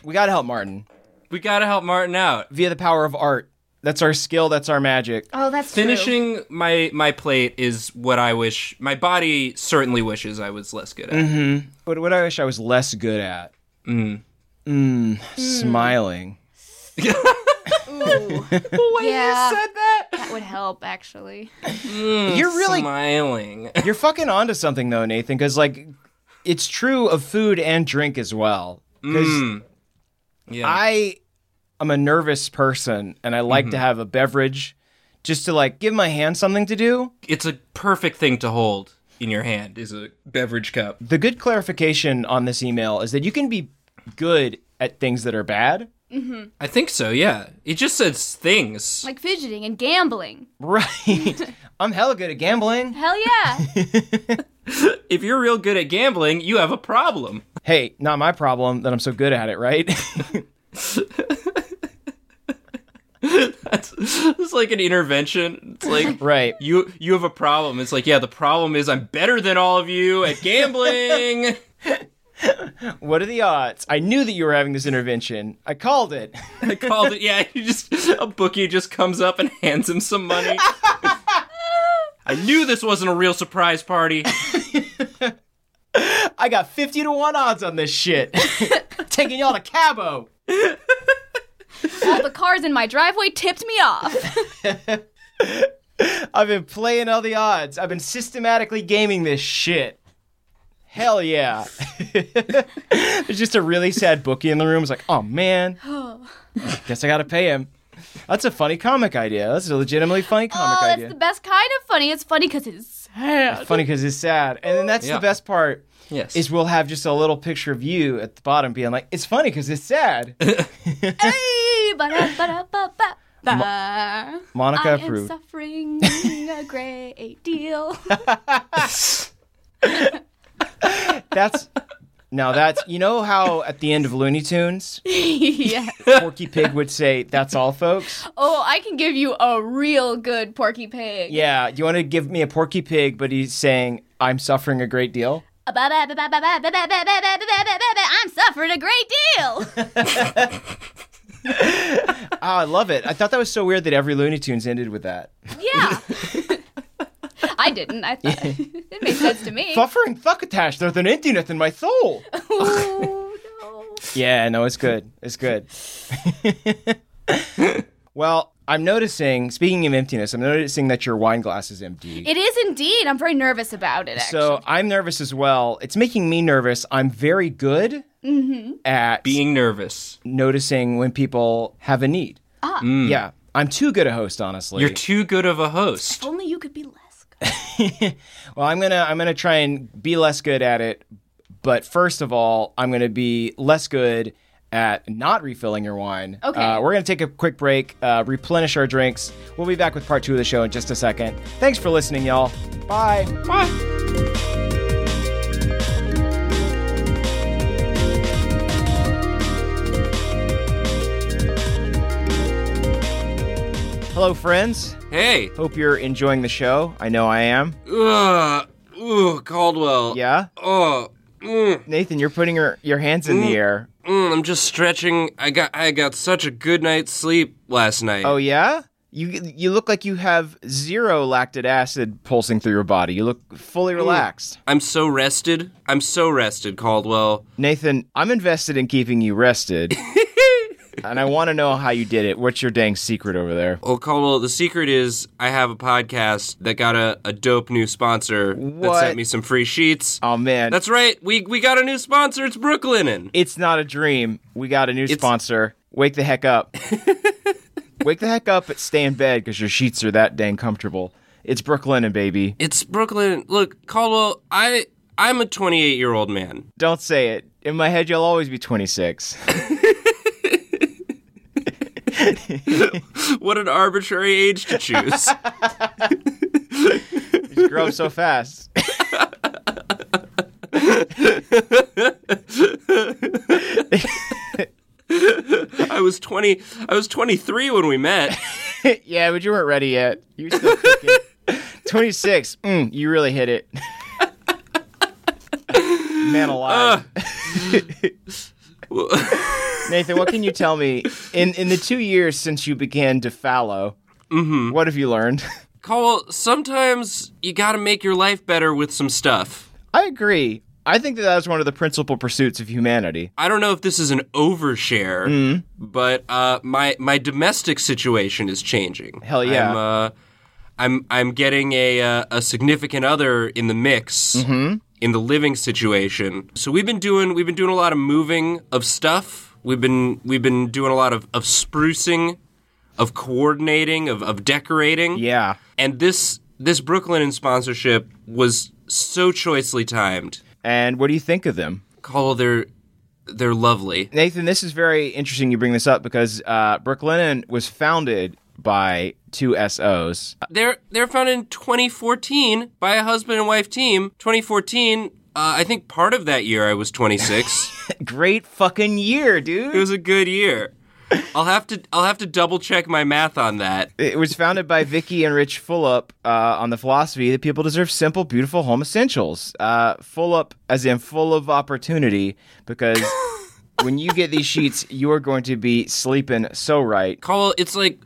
[SPEAKER 2] we got to help Martin
[SPEAKER 4] We gotta help Martin out.
[SPEAKER 2] via the power of art. That's our skill. That's our magic.
[SPEAKER 3] Oh, that's true.
[SPEAKER 4] Finishing my my plate is what I wish. My body certainly wishes I was less good at.
[SPEAKER 2] But what I wish I was less good at. Mm. Smiling.
[SPEAKER 3] Ooh. yeah,
[SPEAKER 4] that?
[SPEAKER 3] that would help actually.
[SPEAKER 2] You're really
[SPEAKER 4] smiling.
[SPEAKER 2] you're fucking onto something though, Nathan, because like it's true of food and drink as well. 'Cause
[SPEAKER 4] yeah.
[SPEAKER 2] I am a nervous person and I like to have a beverage just to like give my hand something to do.
[SPEAKER 4] it's a perfect thing to hold in your hand is a beverage cup.
[SPEAKER 2] The good clarification on this email is that you can be good at things that are bad.
[SPEAKER 4] I think so, yeah. It just says things.
[SPEAKER 3] Like fidgeting and gambling.
[SPEAKER 2] Right. I'm hella good at gambling.
[SPEAKER 3] Hell yeah.
[SPEAKER 4] if you're real good at gambling, you have a problem.
[SPEAKER 2] Hey, not my problem that I'm so good at it, right?
[SPEAKER 4] That's it's like an intervention. It's like
[SPEAKER 2] right.
[SPEAKER 4] you you have a problem. It's like, yeah, the problem is I'm better than all of you at gambling.
[SPEAKER 2] What are the odds? I knew that you were having this intervention. I called it.
[SPEAKER 4] I called it. Yeah, you just a bookie just comes up and hands him some money. I knew this wasn't a real surprise party.
[SPEAKER 2] I got 50 to 1 odds on this shit. Taking y'all to Cabo.
[SPEAKER 3] All the cars in my driveway tipped me off.
[SPEAKER 2] I've been playing all the odds. I've been systematically gaming this shit. Hell yeah. There's just a really sad bookie in the room. It's like, oh man. Guess I gotta pay him. That's a funny comic idea. That's a legitimately funny comic
[SPEAKER 3] oh, that's
[SPEAKER 2] idea.
[SPEAKER 3] the best kind of funny. It's funny because it's sad.
[SPEAKER 2] Funny because it's sad. And then that's
[SPEAKER 4] Yeah.
[SPEAKER 2] the best part.
[SPEAKER 4] Yes.
[SPEAKER 2] is we'll have just a little picture of you at the bottom being like, it's funny because it's sad.
[SPEAKER 3] Hey, ba-da-ba-da-ba-ba. I
[SPEAKER 2] Monica
[SPEAKER 3] am
[SPEAKER 2] approved.
[SPEAKER 3] suffering a great deal.
[SPEAKER 2] That's now that's you know how at the end of Looney Tunes,
[SPEAKER 3] yeah.
[SPEAKER 2] Porky Pig would say, "That's all, folks."
[SPEAKER 3] Oh, I can give you a real good Porky Pig.
[SPEAKER 2] Yeah, you want to give me a Porky Pig, but he's saying, "I'm suffering a great deal."
[SPEAKER 3] I'm suffering a great deal.
[SPEAKER 2] Ah, I love it. I thought that was so weird that every Looney Tunes ended with that.
[SPEAKER 3] Yeah. I didn't. I thought it made sense to me.
[SPEAKER 2] Suffering thuckatash, there's an emptiness in my soul.
[SPEAKER 3] Ooh, no.
[SPEAKER 2] Yeah, no, it's good. It's good. well, I'm noticing. Speaking of emptiness, I'm noticing that your wine glass is empty.
[SPEAKER 3] It is indeed. I'm very nervous about it. Actually.
[SPEAKER 2] So I'm nervous as well. It's making me nervous. I'm very good at
[SPEAKER 4] Being nervous.
[SPEAKER 2] noticing when people have a need. Ah. Yeah. I'm too good a host, honestly.
[SPEAKER 4] Mm. You're too good of a host.
[SPEAKER 3] if only you could be less. good.
[SPEAKER 2] well, I'm gonna I'm gonna try and be less good at it. But first of all, I'm gonna be less good at not refilling your wine.
[SPEAKER 3] Okay.
[SPEAKER 2] Uh, we're gonna take a quick break, uh, replenish our drinks. We'll be back with part two of the show in just a second. Thanks for listening, y'all. Bye. Hello, Hello, friends.
[SPEAKER 4] Hey.
[SPEAKER 2] Hope you're enjoying the show. I know I am.
[SPEAKER 4] Ugh. Ooh, Caldwell.
[SPEAKER 2] Yeah?
[SPEAKER 4] Oh. Mm,
[SPEAKER 2] Nathan, you're putting your, your hands in the air.
[SPEAKER 4] mm, I'm just stretching. I got I got such a good night's sleep last night.
[SPEAKER 2] Oh, yeah? You, you look like you have zero lactic acid pulsing through your body. You look
[SPEAKER 4] Mm.
[SPEAKER 2] fully relaxed.
[SPEAKER 4] I'm so rested. I'm so rested, Caldwell.
[SPEAKER 2] Nathan, I'm invested in keeping you rested. and I want to know how you did it. What's your dang secret over there?
[SPEAKER 4] Well, Oh, Caldwell, the secret is I have a podcast that got a, a dope new sponsor that
[SPEAKER 2] What?
[SPEAKER 4] sent me some free sheets.
[SPEAKER 2] Oh, man.
[SPEAKER 4] That's right. We we got a new sponsor. It's Brooklinen.
[SPEAKER 2] it's not a dream. We got a new sponsor. Wake the heck up. Wake the heck up and stay in bed because your sheets are that dang comfortable. It's Brooklyn and baby.
[SPEAKER 4] It's Brooklyn. Look, Caldwell, I I'm a 28 year old man.
[SPEAKER 2] Don't say it. In my head, you'll always be 26.
[SPEAKER 4] What an arbitrary age to choose.
[SPEAKER 2] You grow up so fast.
[SPEAKER 4] I was 20. I was 23 when we met.
[SPEAKER 2] yeah, but you weren't ready yet. You were still cooking. 26. Mm, you really hit it. Man alive. Nathan, what can you tell me in in the two years since you began to fallow? What have you learned?
[SPEAKER 4] Caldwell, sometimes you gotta make your life better with some stuff.
[SPEAKER 2] I agree. I think that that is one of the principal pursuits of humanity.
[SPEAKER 4] I don't know if this is an overshare,
[SPEAKER 2] Mm.
[SPEAKER 4] but uh, my my domestic situation is changing.
[SPEAKER 2] Hell yeah.
[SPEAKER 4] I'm uh, I'm, I'm getting a uh, a significant other in the mix
[SPEAKER 2] Mm-hmm.
[SPEAKER 4] in the living situation. So we've been doing we've been doing a lot of moving of stuff. We've been we've been doing a lot of, of sprucing, of coordinating, of, of decorating.
[SPEAKER 2] Yeah.
[SPEAKER 4] And this this Brooklyn and sponsorship was so choicely timed.
[SPEAKER 2] And what do you think of them?
[SPEAKER 4] Call they're they're lovely.
[SPEAKER 2] Nathan, this is very interesting you bring this up because uh, Brooklinen was founded by two SOs.
[SPEAKER 4] They're they're founded in 2014 by a husband and wife team. 2014, uh, I think part of that year I was 26.
[SPEAKER 2] Great fucking year,
[SPEAKER 4] it
[SPEAKER 2] dude.
[SPEAKER 4] was a good year. I'll have to I'll have to double check my math on that.
[SPEAKER 2] It was founded by Vicky and Rich Fullup uh, on the philosophy that people deserve simple, beautiful home essentials. Uh, Fullup, as in full of opportunity, because when you get these sheets, you are going to be sleeping so right.
[SPEAKER 4] Call it's like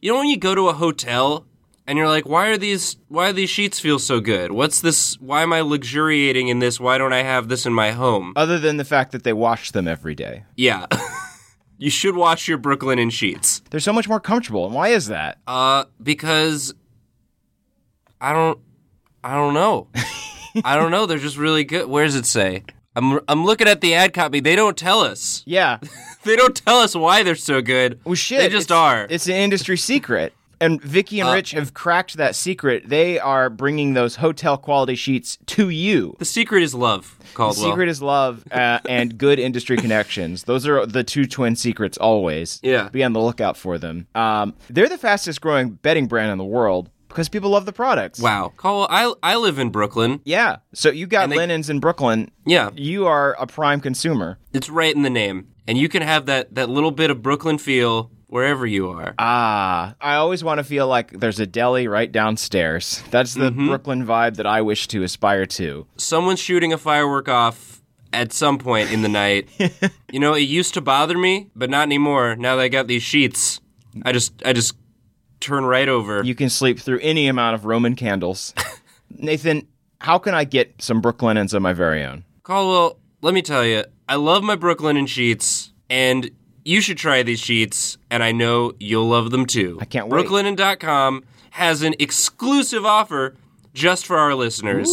[SPEAKER 4] you know when you go to a hotel and you're like, why are these why are these sheets feel so good? What's this? Why am I luxuriating in this? Why don't I have this in my home?
[SPEAKER 2] Other than the fact that they wash them every day.
[SPEAKER 4] Yeah. You should wash your Brooklyn in sheets.
[SPEAKER 2] They're so much more comfortable. And why is that?
[SPEAKER 4] Uh, because I don't, I don't know. I don't know. They're just really good. Where does it say? I'm, I'm looking at the ad copy. They don't tell us.
[SPEAKER 2] yeah.
[SPEAKER 4] They don't tell us why they're so good.
[SPEAKER 2] Well, shit.
[SPEAKER 4] They just
[SPEAKER 2] it's-
[SPEAKER 4] are.
[SPEAKER 2] It's an industry secret. And Vicky and Rich have cracked that secret. They are bringing those hotel quality sheets to you.
[SPEAKER 4] the secret is love,
[SPEAKER 2] The
[SPEAKER 4] Caldwell.
[SPEAKER 2] secret is love uh, and good industry connections. Those are the two twin secrets always.
[SPEAKER 4] Yeah.
[SPEAKER 2] Be on the lookout for them. Um, they're the fastest growing betting brand in the world because people love the products.
[SPEAKER 4] wow, Caldwell. I, I live in Brooklyn.
[SPEAKER 2] Yeah. So you got
[SPEAKER 4] they-
[SPEAKER 2] linens in Brooklyn.
[SPEAKER 4] Yeah,
[SPEAKER 2] You are a prime consumer.
[SPEAKER 4] it's right in the name, and you can have that that little bit of Brooklyn feel wherever you are.
[SPEAKER 2] Ah, I always want to feel like there's a deli right downstairs. That's the
[SPEAKER 4] Mm-hmm.
[SPEAKER 2] Brooklyn vibe that I wish to aspire to.
[SPEAKER 4] someone's shooting a firework off at some point in the night. you know, it used to bother me, but not anymore. Now that I got these sheets, I just I just turn right over.
[SPEAKER 2] You can sleep through any amount of Roman candles. Nathan, how can I get some Brooklynens of my very own?
[SPEAKER 4] Caldwell, let me tell you, I love my Brooklyn and sheets, and you should try these sheets, and I know you'll love them too. I
[SPEAKER 2] can't wait.
[SPEAKER 4] Brooklinen.com has an exclusive offer just for our listeners.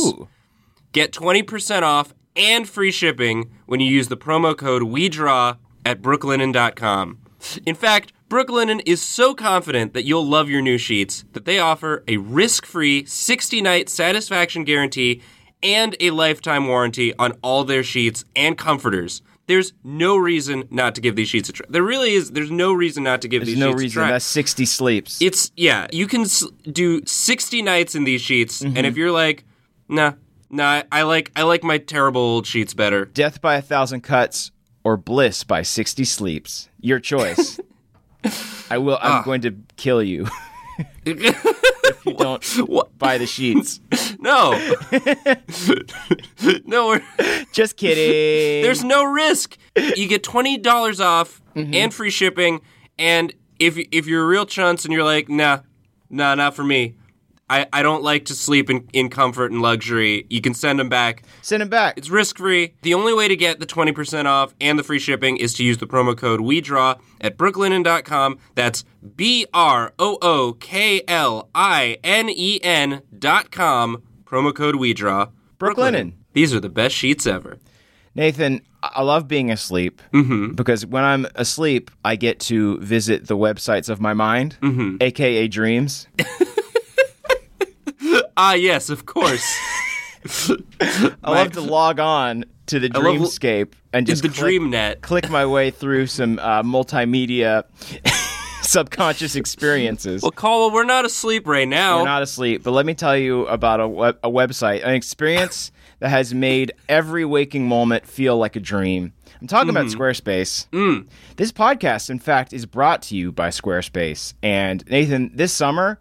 [SPEAKER 4] Get 20% off and free shipping when you use the promo code WeDraw at brooklinen.com. In fact, Brooklinen is so confident that you'll love your new sheets that they offer a risk-free 60-night satisfaction guarantee and a lifetime warranty on all their sheets and comforters. There's no reason not to give these sheets a try. There really is. There's no reason not to give
[SPEAKER 2] There's
[SPEAKER 4] these
[SPEAKER 2] no
[SPEAKER 4] sheets
[SPEAKER 2] reason.
[SPEAKER 4] a try.
[SPEAKER 2] That's 60 sleeps.
[SPEAKER 4] It's yeah, you can s- do 60 nights in these sheets and if you're like, "Nah, nah, I like I like my terrible old sheets better."
[SPEAKER 2] Death by a Thousand Cuts or Bliss by
[SPEAKER 4] Ah.
[SPEAKER 2] 60 Sleeps. Your choice. I will. I'm going to kill you. You don't
[SPEAKER 4] What?
[SPEAKER 2] buy the sheets.
[SPEAKER 4] No. no, we're,
[SPEAKER 2] Just kidding.
[SPEAKER 4] there's no risk. You get twenty dollars off and free shipping. And if if you're a real chunce and you're like, nah, nah, not for me. I, I don't like to sleep in, in comfort and luxury. You can send them back.
[SPEAKER 2] Send them back.
[SPEAKER 4] It's risk free. The only way to get the 20% off and the free shipping is to use the promo code WeDraw at brooklinen.com. That's B R O O K L I N E N.com. Promo code WeDraw.
[SPEAKER 2] Brooklinen.
[SPEAKER 4] These are the best sheets ever.
[SPEAKER 2] Nathan, I I love being asleep
[SPEAKER 4] Mm-hmm.
[SPEAKER 2] because when I'm asleep, I get to visit the websites of my mind,
[SPEAKER 4] Mm-hmm.
[SPEAKER 2] aka dreams.
[SPEAKER 4] Ah, yes, of course.
[SPEAKER 2] I love to log on to the
[SPEAKER 4] love-
[SPEAKER 2] dreamscape and
[SPEAKER 4] It's
[SPEAKER 2] just
[SPEAKER 4] the
[SPEAKER 2] click,
[SPEAKER 4] dream net.
[SPEAKER 2] click my way through some uh, multimedia subconscious experiences.
[SPEAKER 4] Well, Caldwell, we're not asleep right now.
[SPEAKER 2] We're not asleep, but let me tell you about a, web- a website, an experience that has made every waking moment feel like a dream. I'm talking
[SPEAKER 4] Mm.
[SPEAKER 2] about Squarespace. This podcast, in fact, is brought to you by Squarespace. And Nathan, this summer,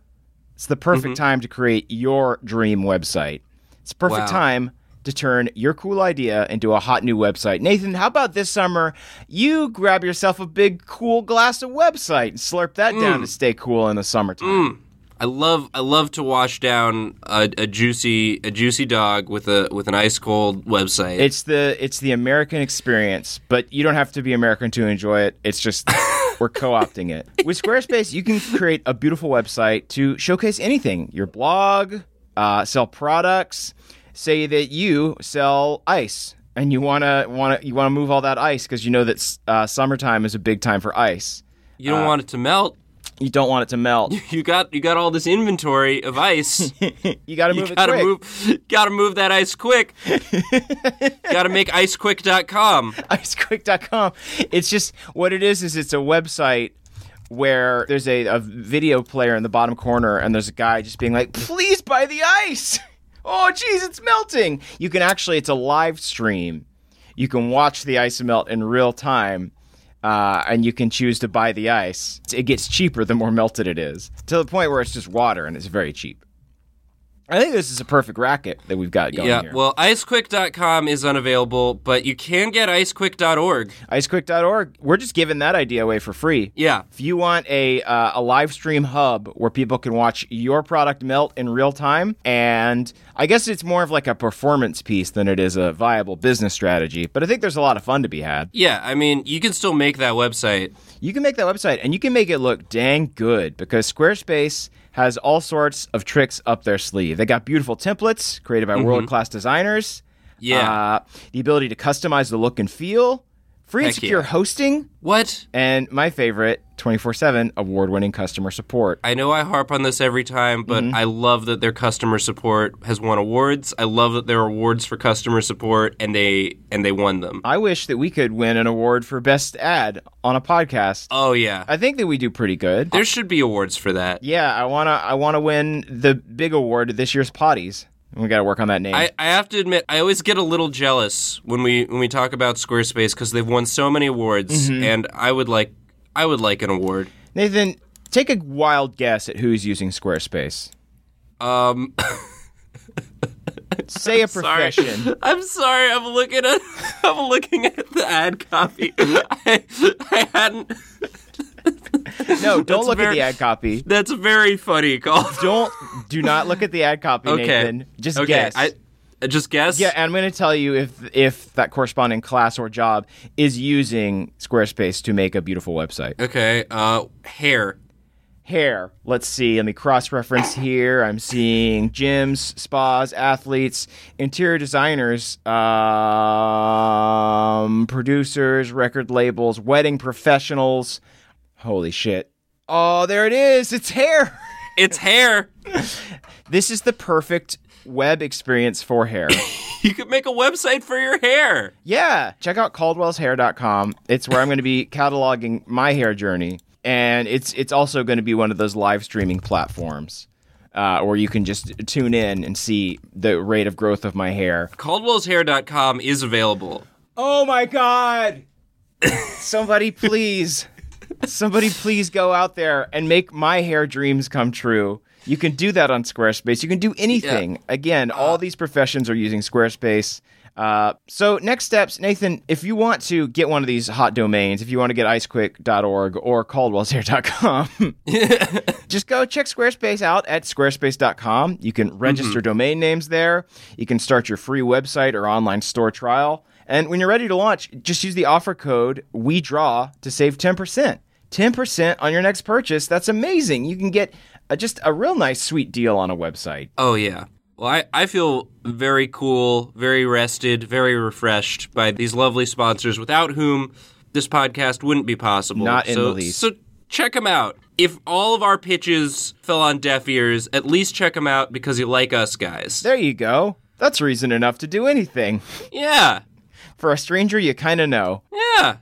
[SPEAKER 2] it's the perfect
[SPEAKER 4] Mm-hmm.
[SPEAKER 2] time to create your dream website. It's the perfect
[SPEAKER 4] Wow.
[SPEAKER 2] time to turn your cool idea into a hot new website. Nathan, how about this summer you grab yourself a big cool glass of website and slurp that
[SPEAKER 4] Mm.
[SPEAKER 2] down to stay cool in the summertime?
[SPEAKER 4] I love I love to wash down a, a juicy a juicy dog with a with an ice cold website.
[SPEAKER 2] It's the it's the American experience, but you don't have to be American to enjoy it. It's just we're co-opting it. With Squarespace, you can create a beautiful website to showcase anything: your blog, uh, sell products. Say that you sell ice, and you wanna wanna you wanna move all that ice because you know that s- uh, summertime is a big time for ice.
[SPEAKER 4] you
[SPEAKER 2] uh,
[SPEAKER 4] don't want it to melt.
[SPEAKER 2] You don't want it to melt.
[SPEAKER 4] You got you got all this inventory of ice.
[SPEAKER 2] You gotta move
[SPEAKER 4] you
[SPEAKER 2] it
[SPEAKER 4] gotta
[SPEAKER 2] quick.
[SPEAKER 4] move gotta move that ice quick gotta make icequick.com
[SPEAKER 2] icequick.com. It's just what it is is it's a website where there's a, a video player in the bottom corner and there's a guy just being like, "Please buy the ice." Oh jeez, it's melting. You can actually it's a live stream. You can watch the ice melt in real time. Uh, and you can choose to buy the ice. It gets cheaper the more melted it is, to the point where it's just water and it's very cheap. I think this is a perfect racket that we've got going
[SPEAKER 4] yeah
[SPEAKER 2] here.
[SPEAKER 4] well icequick.com is unavailable but you can get icequick.org
[SPEAKER 2] icequick.org. We're just giving that idea away for free.
[SPEAKER 4] yeah
[SPEAKER 2] If you want a uh, a live stream hub where people can watch your product melt in real time, and I guess it's more of like a performance piece than it is a viable business strategy, but I think there's a lot of fun to be had.
[SPEAKER 4] yeah i mean you can still make that website
[SPEAKER 2] You can make that website and you can make it look dang good because Squarespace has all sorts of tricks up their sleeve. They got beautiful templates created by world class designers.
[SPEAKER 4] Mm-hmm. yeah
[SPEAKER 2] Uh, the ability to customize the look and feel, free and
[SPEAKER 4] Heck
[SPEAKER 2] secure
[SPEAKER 4] yeah.
[SPEAKER 2] hosting,
[SPEAKER 4] what
[SPEAKER 2] and my favorite, 24 7 award winning customer support.
[SPEAKER 4] I know I harp on this every time, but
[SPEAKER 2] Mm-hmm.
[SPEAKER 4] I love that their customer support has won awards. I love that there are awards for customer support, and they and they won them.
[SPEAKER 2] I wish that we could win an award for best ad on a podcast.
[SPEAKER 4] Oh yeah,
[SPEAKER 2] I think that we do pretty good.
[SPEAKER 4] there should be awards for that.
[SPEAKER 2] Yeah, I wanna I wanna win the big award at this year's potties. We gotta work on that name.
[SPEAKER 4] I, I have to admit, I always get a little jealous when we when we talk about Squarespace because they've won so many awards, and I would like I would like an award.
[SPEAKER 2] Nathan, take a wild guess at who's using Squarespace.
[SPEAKER 4] Um,
[SPEAKER 2] Say a
[SPEAKER 4] sorry.
[SPEAKER 2] profession.
[SPEAKER 4] I'm sorry. I'm looking at I'm looking at the ad copy. I, I hadn't.
[SPEAKER 2] No, don't look at
[SPEAKER 4] very-
[SPEAKER 2] the ad copy.
[SPEAKER 4] That's very funny, Call.
[SPEAKER 2] Don't do not look at the ad copy,
[SPEAKER 4] Okay.
[SPEAKER 2] Nathan. Just
[SPEAKER 4] okay.
[SPEAKER 2] guess.
[SPEAKER 4] I, I just guess.
[SPEAKER 2] yeah, and I'm going to tell you if if that corresponding class or job is using Squarespace to make a beautiful website.
[SPEAKER 4] Okay. Uh, hair.
[SPEAKER 2] hair. Let's see. Let me cross reference here. I'm seeing gyms, spas, athletes, interior designers, um, producers, record labels, wedding professionals. Holy shit. Oh, there it is. It's hair.
[SPEAKER 4] It's hair.
[SPEAKER 2] This is the perfect web experience for hair.
[SPEAKER 4] You could make a website for your hair.
[SPEAKER 2] Yeah, check out caldwellshair.com. It's where I'm going to be cataloging my hair journey, and it's it's also going to be one of those live streaming platforms uh, where you can just tune in and see the rate of growth of my hair.
[SPEAKER 4] Caldwell'sHair.com is available.
[SPEAKER 2] Oh my god! Somebody please Somebody please go out there and make my hair dreams come true. You can do that on Squarespace. You can do anything. Again, all these professions are using Squarespace. Uh, so next steps, Nathan, if you want to get one of these hot domains, if you want to get icequick.org or caldwellshair.com, just go check Squarespace out at squarespace.com. You can register domain names there. You can start your free website or online store trial. And when you're ready to launch, just use the offer code we draw to save 10%. 10% on your next purchase. That's amazing. You can get a, just a real nice sweet deal on a website.
[SPEAKER 4] Oh yeah. Well, I, I feel very cool, very rested, very refreshed by these lovely sponsors without whom this podcast wouldn't be possible.
[SPEAKER 2] Not in
[SPEAKER 4] so,
[SPEAKER 2] the least.
[SPEAKER 4] So check them out. If all of our pitches fell on deaf ears, at least check them out because you like us guys.
[SPEAKER 2] There you go. That's reason enough to do anything.
[SPEAKER 4] Yeah.
[SPEAKER 2] For a stranger, you kind of know.
[SPEAKER 4] Yeah.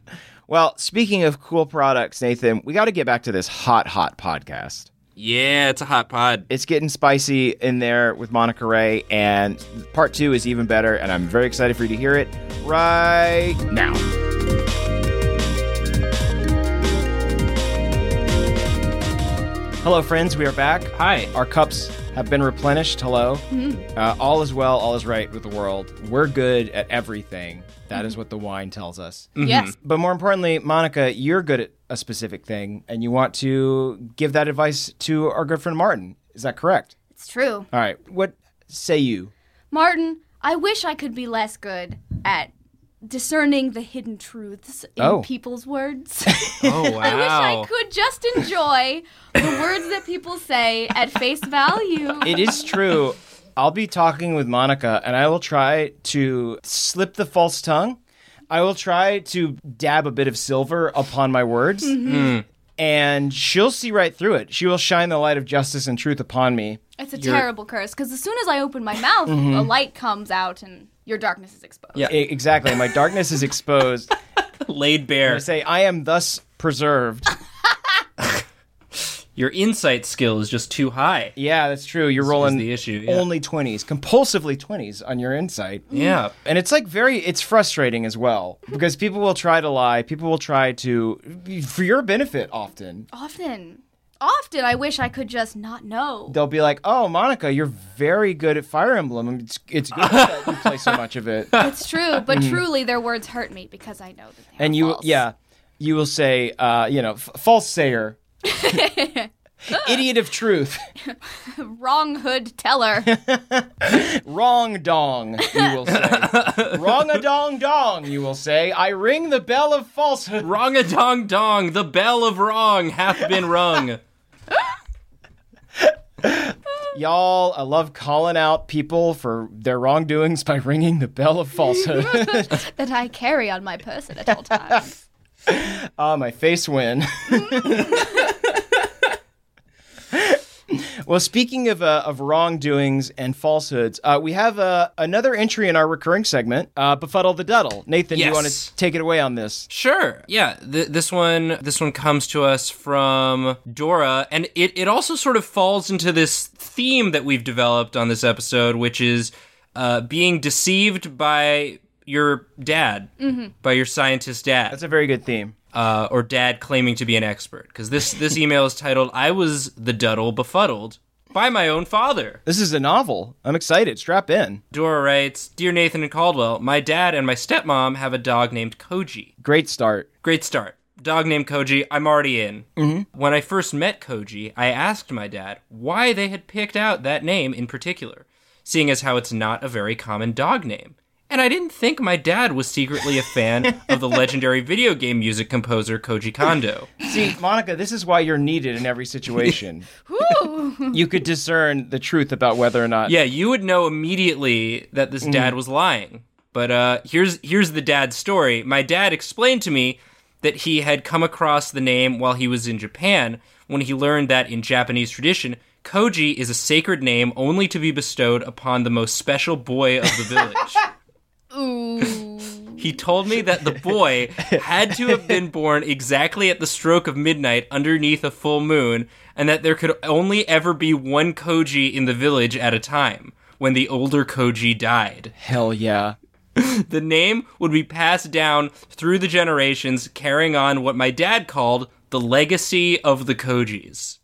[SPEAKER 2] Well, speaking of cool products, Nathan, we got to get back to this hot, hot podcast.
[SPEAKER 4] Yeah, it's a hot pod.
[SPEAKER 2] It's getting spicy in there with Monica Ray, and part two is even better, and I'm very excited for you to hear it right now. Hello, friends. We are back.
[SPEAKER 4] Hi.
[SPEAKER 2] Our cups have been replenished. Hello. Uh, all is well. All is right with the world. We're good at everything. That is what the wine tells us.
[SPEAKER 3] Yes.
[SPEAKER 2] But more importantly, Monica, you're good at a specific thing, and you want to give that advice to our good friend Martin. Is that correct?
[SPEAKER 3] It's true.
[SPEAKER 2] All right. What say you?
[SPEAKER 3] Martin, I wish I could be less good at discerning the hidden truths in
[SPEAKER 2] Oh.
[SPEAKER 3] people's words.
[SPEAKER 4] Oh wow.
[SPEAKER 3] I wish I could just enjoy the words that people say at face value.
[SPEAKER 2] It is true. I'll be talking with Monica, and I will try to slip the false tongue. I will try to dab a bit of silver upon my words. Mm. And she'll see right through it. She will shine the light of justice and truth upon me.
[SPEAKER 3] it's a
[SPEAKER 2] You're-
[SPEAKER 3] terrible curse because as soon as I open my mouth, a
[SPEAKER 2] Mm-hmm.
[SPEAKER 3] light comes out and your darkness is exposed.
[SPEAKER 4] Yeah.
[SPEAKER 2] E- exactly. My darkness is exposed.
[SPEAKER 4] Laid
[SPEAKER 2] I
[SPEAKER 4] bare.
[SPEAKER 2] say, I am thus preserved.
[SPEAKER 4] Your insight skill is just too high.
[SPEAKER 2] Yeah, that's true. You're rolling
[SPEAKER 4] the issue, yeah.
[SPEAKER 2] only 20s, compulsively 20s on your insight.
[SPEAKER 4] Yeah.
[SPEAKER 2] And it's like very it's frustrating as well because people will try to lie, people will try to for your benefit often.
[SPEAKER 3] Often, often I wish I could just not know.
[SPEAKER 2] They'll be like, "Oh, Monica, you're very good at Fire Emblem. It's it's good that you play so much of it."
[SPEAKER 3] It's true, but truly their words hurt me because I know that they
[SPEAKER 2] Mm-hmm. And
[SPEAKER 3] are
[SPEAKER 2] you
[SPEAKER 3] false.
[SPEAKER 2] yeah, you will say uh, you know, f- false sayer. Idiot of truth.
[SPEAKER 3] wrong hood teller.
[SPEAKER 2] Wrong dong, you will say. Wrong a dong dong, you will say. I ring the bell of falsehood.
[SPEAKER 4] Wrong a dong dong, the bell of wrong hath been rung.
[SPEAKER 2] Y'all, I love calling out people for their wrongdoings by ringing the bell of falsehood.
[SPEAKER 3] that I carry on my person at all times.
[SPEAKER 2] Ah, my face win. well, speaking of, uh, of wrongdoings and falsehoods, uh, we have uh, another entry in our recurring segment, uh, Befuddle the Duddle. Nathan, you
[SPEAKER 4] Yes.
[SPEAKER 2] want to take it away on this?
[SPEAKER 4] Sure. Yeah. Th- this one. This one comes to us from Dora, and it it also sort of falls into this theme that we've developed on this episode, which is uh, being deceived by your dad, by your scientist dad,
[SPEAKER 2] Mm-hmm. That's a very good theme.
[SPEAKER 4] uh, or dad claiming to be an expert. Because this this email is titled "I was the duddle befuddled." By my own father.
[SPEAKER 2] This is a novel. I'm excited. Strap in.
[SPEAKER 4] Dora writes Dear Nathan and Caldwell, my dad and my stepmom have a dog named Koji.
[SPEAKER 2] Great start.
[SPEAKER 4] Great start. Dog named Koji, I'm already in. When I first met Koji, I asked my dad why they had picked out that name in particular, seeing as how it's not a very common dog name. And I didn't think my dad was secretly a fan of the legendary video game music composer Koji Kondo.
[SPEAKER 2] See, Monica, this is why you're needed in every situation.
[SPEAKER 3] Ooh.
[SPEAKER 2] you could discern the truth about whether or not
[SPEAKER 4] Yeah, you would know immediately that this dad was lying. But uh, here's here's the dad's story. My dad explained to me that he had come across the name while he was in Japan when he learned that in Japanese tradition, Koji is a sacred name only to be bestowed upon the most special boy of the village.
[SPEAKER 3] Ooh.
[SPEAKER 4] He told me that the boy had to have been born exactly at the stroke of midnight underneath a full moon, and that there could only ever be one Koji in the village at a time when the older Koji died.
[SPEAKER 2] hell yeah.
[SPEAKER 4] The name would be passed down through the generations, carrying on what my dad called The Legacy of the Kojis.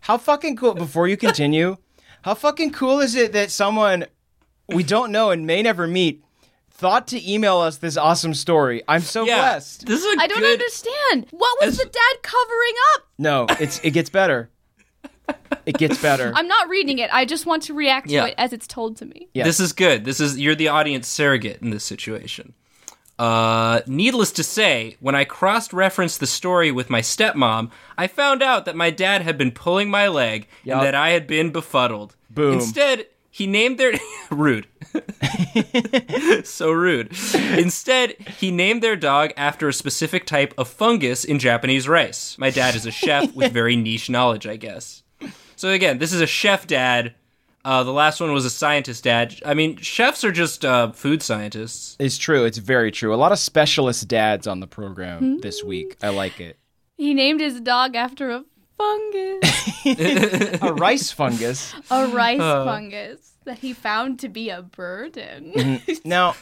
[SPEAKER 2] How fucking cool! Before you continue, how fucking cool is it that someone we don't know and may never meet thought to email us this awesome story? I'm so
[SPEAKER 4] Yeah,
[SPEAKER 2] blessed.
[SPEAKER 4] this is a
[SPEAKER 3] I don't
[SPEAKER 4] good-
[SPEAKER 3] understand. What was
[SPEAKER 4] As-
[SPEAKER 3] the dad covering up?
[SPEAKER 2] No, it's it gets better. It gets better.
[SPEAKER 3] I'm not reading it. I just want to react
[SPEAKER 4] Yeah.
[SPEAKER 3] to it as it's told to me.
[SPEAKER 2] Yeah.
[SPEAKER 4] This is good. This is you're the audience surrogate in this situation. Uh, needless to say, when I cross-referenced the story with my stepmom, I found out that my dad had been pulling my leg
[SPEAKER 2] Yup.
[SPEAKER 4] and that I had been befuddled.
[SPEAKER 2] Boom.
[SPEAKER 4] Instead, he named their rude. so rude. Instead, he named their dog after a specific type of fungus in Japanese rice. My dad is a chef with very niche knowledge, I guess. So again, this is a chef dad. Uh, the last one was a scientist dad. I mean, chefs are just uh, food scientists.
[SPEAKER 2] It's true. It's very true. A lot of specialist dads on the program
[SPEAKER 4] Hmm?
[SPEAKER 2] this week. I like it.
[SPEAKER 3] He named his dog after a fungus,
[SPEAKER 2] A rice fungus.
[SPEAKER 3] a rice
[SPEAKER 4] Uh.
[SPEAKER 3] fungus that he found to be a
[SPEAKER 4] Mm-hmm.
[SPEAKER 3] burden.
[SPEAKER 2] Now,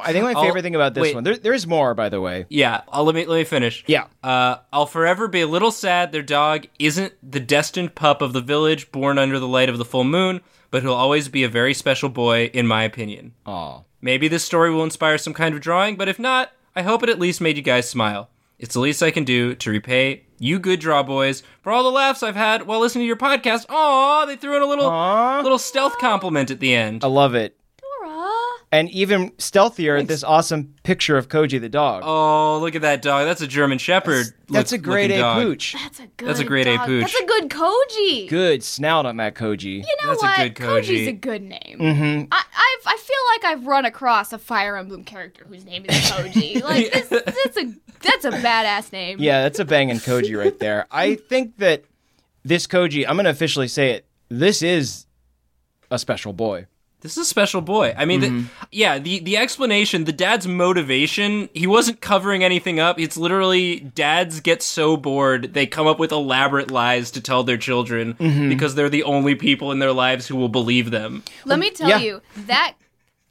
[SPEAKER 2] I think my
[SPEAKER 4] I'll-
[SPEAKER 2] favorite thing about this
[SPEAKER 4] wait.
[SPEAKER 2] one. There, there's more, by the way.
[SPEAKER 4] Yeah, I'll, let me let me finish.
[SPEAKER 2] Yeah.
[SPEAKER 4] Uh, I'll forever be a little sad their dog isn't the destined pup of the village born under the light of the full moon, but he'll always be a very special boy, in my opinion.
[SPEAKER 2] Aw.
[SPEAKER 4] Maybe this story will inspire some kind of drawing, but if not, I hope it at least made you guys smile. It's the least I can do to repay you good draw boys for all the laughs I've had while listening to your podcast. Aw, they threw in a little
[SPEAKER 2] Aw.
[SPEAKER 4] little stealth compliment at the end.
[SPEAKER 2] I love it.
[SPEAKER 3] Dora.
[SPEAKER 2] And even stealthier, this awesome picture of Koji the dog.
[SPEAKER 4] Oh, look at that dog. That's a German Shepherd.
[SPEAKER 2] That's
[SPEAKER 4] look-
[SPEAKER 2] a great
[SPEAKER 4] looking
[SPEAKER 2] A
[SPEAKER 4] dog.
[SPEAKER 2] pooch.
[SPEAKER 3] That's a good
[SPEAKER 4] That's a grade A
[SPEAKER 3] dog.
[SPEAKER 4] pooch.
[SPEAKER 3] That's a good Koji.
[SPEAKER 2] Good snout on that Koji.
[SPEAKER 3] You know
[SPEAKER 4] That's a
[SPEAKER 3] what?
[SPEAKER 4] good Koji. Mm-hmm.
[SPEAKER 3] Koji's a good name. I, I've I feel like I've run across a Fire Emblem character whose name is Koji. like this, that's a that's a badass name.
[SPEAKER 2] Yeah, that's a banging Koji right there. I think that this Koji, I'm going to officially say it, this is a special boy.
[SPEAKER 4] This is a special boy. I mean, the, yeah, the, the explanation, the dad's motivation, he wasn't covering anything up. It's literally dads get so bored, they come up with elaborate lies to tell their children because they're the only people in their lives who will believe them.
[SPEAKER 3] Let me tell
[SPEAKER 2] yeah.
[SPEAKER 3] you that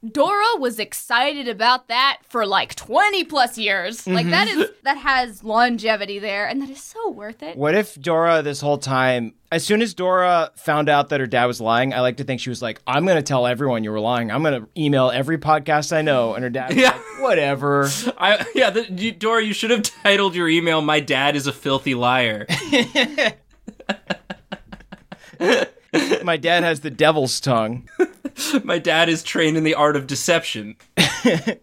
[SPEAKER 3] Dora was excited about that for like 20 plus years.
[SPEAKER 2] Mm-hmm.
[SPEAKER 3] Like that is that has longevity there and that is so worth it.
[SPEAKER 2] What if Dora, this whole time, as soon as Dora found out that her dad was lying, I like to think she was like, I'm going to tell everyone you were lying. I'm going to email every podcast I know. And her dad was
[SPEAKER 4] Yeah.
[SPEAKER 2] like, whatever.
[SPEAKER 4] I, yeah, the, you, Dora, you should have titled your email, My Dad is a Filthy Liar.
[SPEAKER 2] My dad has the devil's tongue.
[SPEAKER 4] My dad is trained in the art of deception.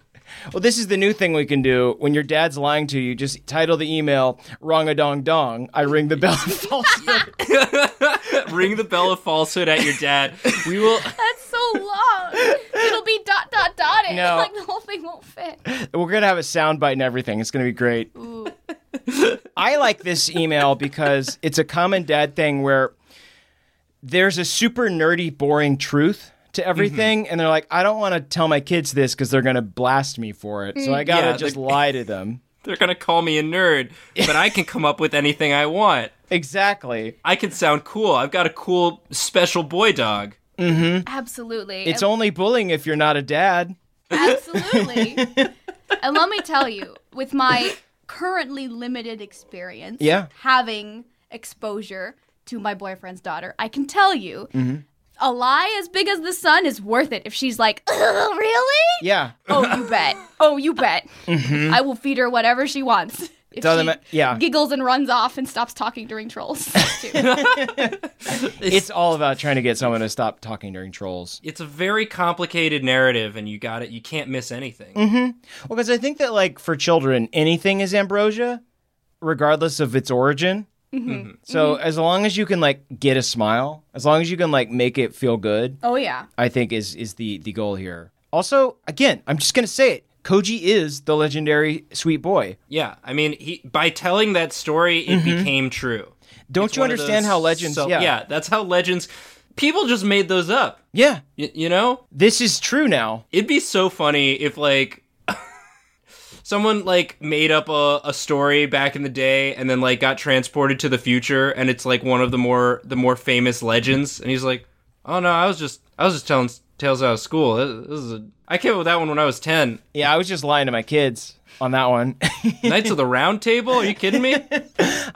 [SPEAKER 2] Well, this is the new thing we can do. When your dad's lying to you, just title the email "Wrong a Dong Dong." I ring the bell. of falsehood.
[SPEAKER 4] Ring the bell of falsehood at your dad. We will.
[SPEAKER 3] That's so long. It'll be dot dot dotted.
[SPEAKER 2] No.
[SPEAKER 3] Like the whole thing won't fit.
[SPEAKER 2] We're gonna have a soundbite and everything. It's gonna be great. I like this email because it's a common dad thing where there's a super nerdy, boring truth to everything, and they're like, "I don't want to tell my kids this because they're gonna blast me for it." So I gotta
[SPEAKER 4] Yeah,
[SPEAKER 2] just
[SPEAKER 4] the-
[SPEAKER 2] lie to them.
[SPEAKER 4] They're going to call me a nerd, but I can come up with anything I want.
[SPEAKER 2] Exactly.
[SPEAKER 4] I can sound cool. I've got a cool special boy dog.
[SPEAKER 3] Absolutely.
[SPEAKER 2] It's
[SPEAKER 3] And-
[SPEAKER 2] only bullying if you're not a dad.
[SPEAKER 3] Absolutely. and let me tell you, with my currently limited experience
[SPEAKER 2] Yeah.
[SPEAKER 3] having exposure to my boyfriend's daughter, I can tell you
[SPEAKER 2] Mm-hmm.
[SPEAKER 3] a lie as big as the sun is worth it if she's like, "Ugh, really?
[SPEAKER 2] Yeah.
[SPEAKER 3] Oh, you bet. Oh, you bet. I will feed her whatever she wants. If
[SPEAKER 2] Mm-hmm. Doesn't
[SPEAKER 3] she
[SPEAKER 2] ma- yeah.
[SPEAKER 3] giggles and runs off and stops talking during trolls. too.
[SPEAKER 2] It's all about trying to get someone to stop talking during trolls.
[SPEAKER 4] It's a very complicated narrative, and you got it. You can't miss anything.
[SPEAKER 2] Mm-hmm. Well, because I think that like for children, anything is ambrosia, regardless of its origin.
[SPEAKER 4] Mm-hmm.
[SPEAKER 2] Mm-hmm. So as long as you can like get a smile, as long as you can like make it feel good,
[SPEAKER 3] oh, yeah.
[SPEAKER 2] I think is is the the goal here. Also, again, I'm just gonna say it. Koji is the legendary sweet boy.
[SPEAKER 4] Yeah, I mean, he by telling that story, it became true.
[SPEAKER 2] Don't
[SPEAKER 4] It's
[SPEAKER 2] you
[SPEAKER 4] one of
[SPEAKER 2] Mm-hmm. understand
[SPEAKER 4] those
[SPEAKER 2] how legends?
[SPEAKER 4] so-
[SPEAKER 2] yeah,
[SPEAKER 4] yeah, that's how legends. People just made those up.
[SPEAKER 2] yeah.
[SPEAKER 4] Y- you know,
[SPEAKER 2] This is true now.
[SPEAKER 4] it'd be so funny if like someone like made up a, a story back in the day and then like got transported to the future and it's like one of the more the more famous legends and he's like Oh no, I was just I was just telling s- tales out of school. This this is a, I came up with that one when I was ten.
[SPEAKER 2] Yeah, I was just lying to my kids on that one.
[SPEAKER 4] Knights of the Round Table? Are you kidding me?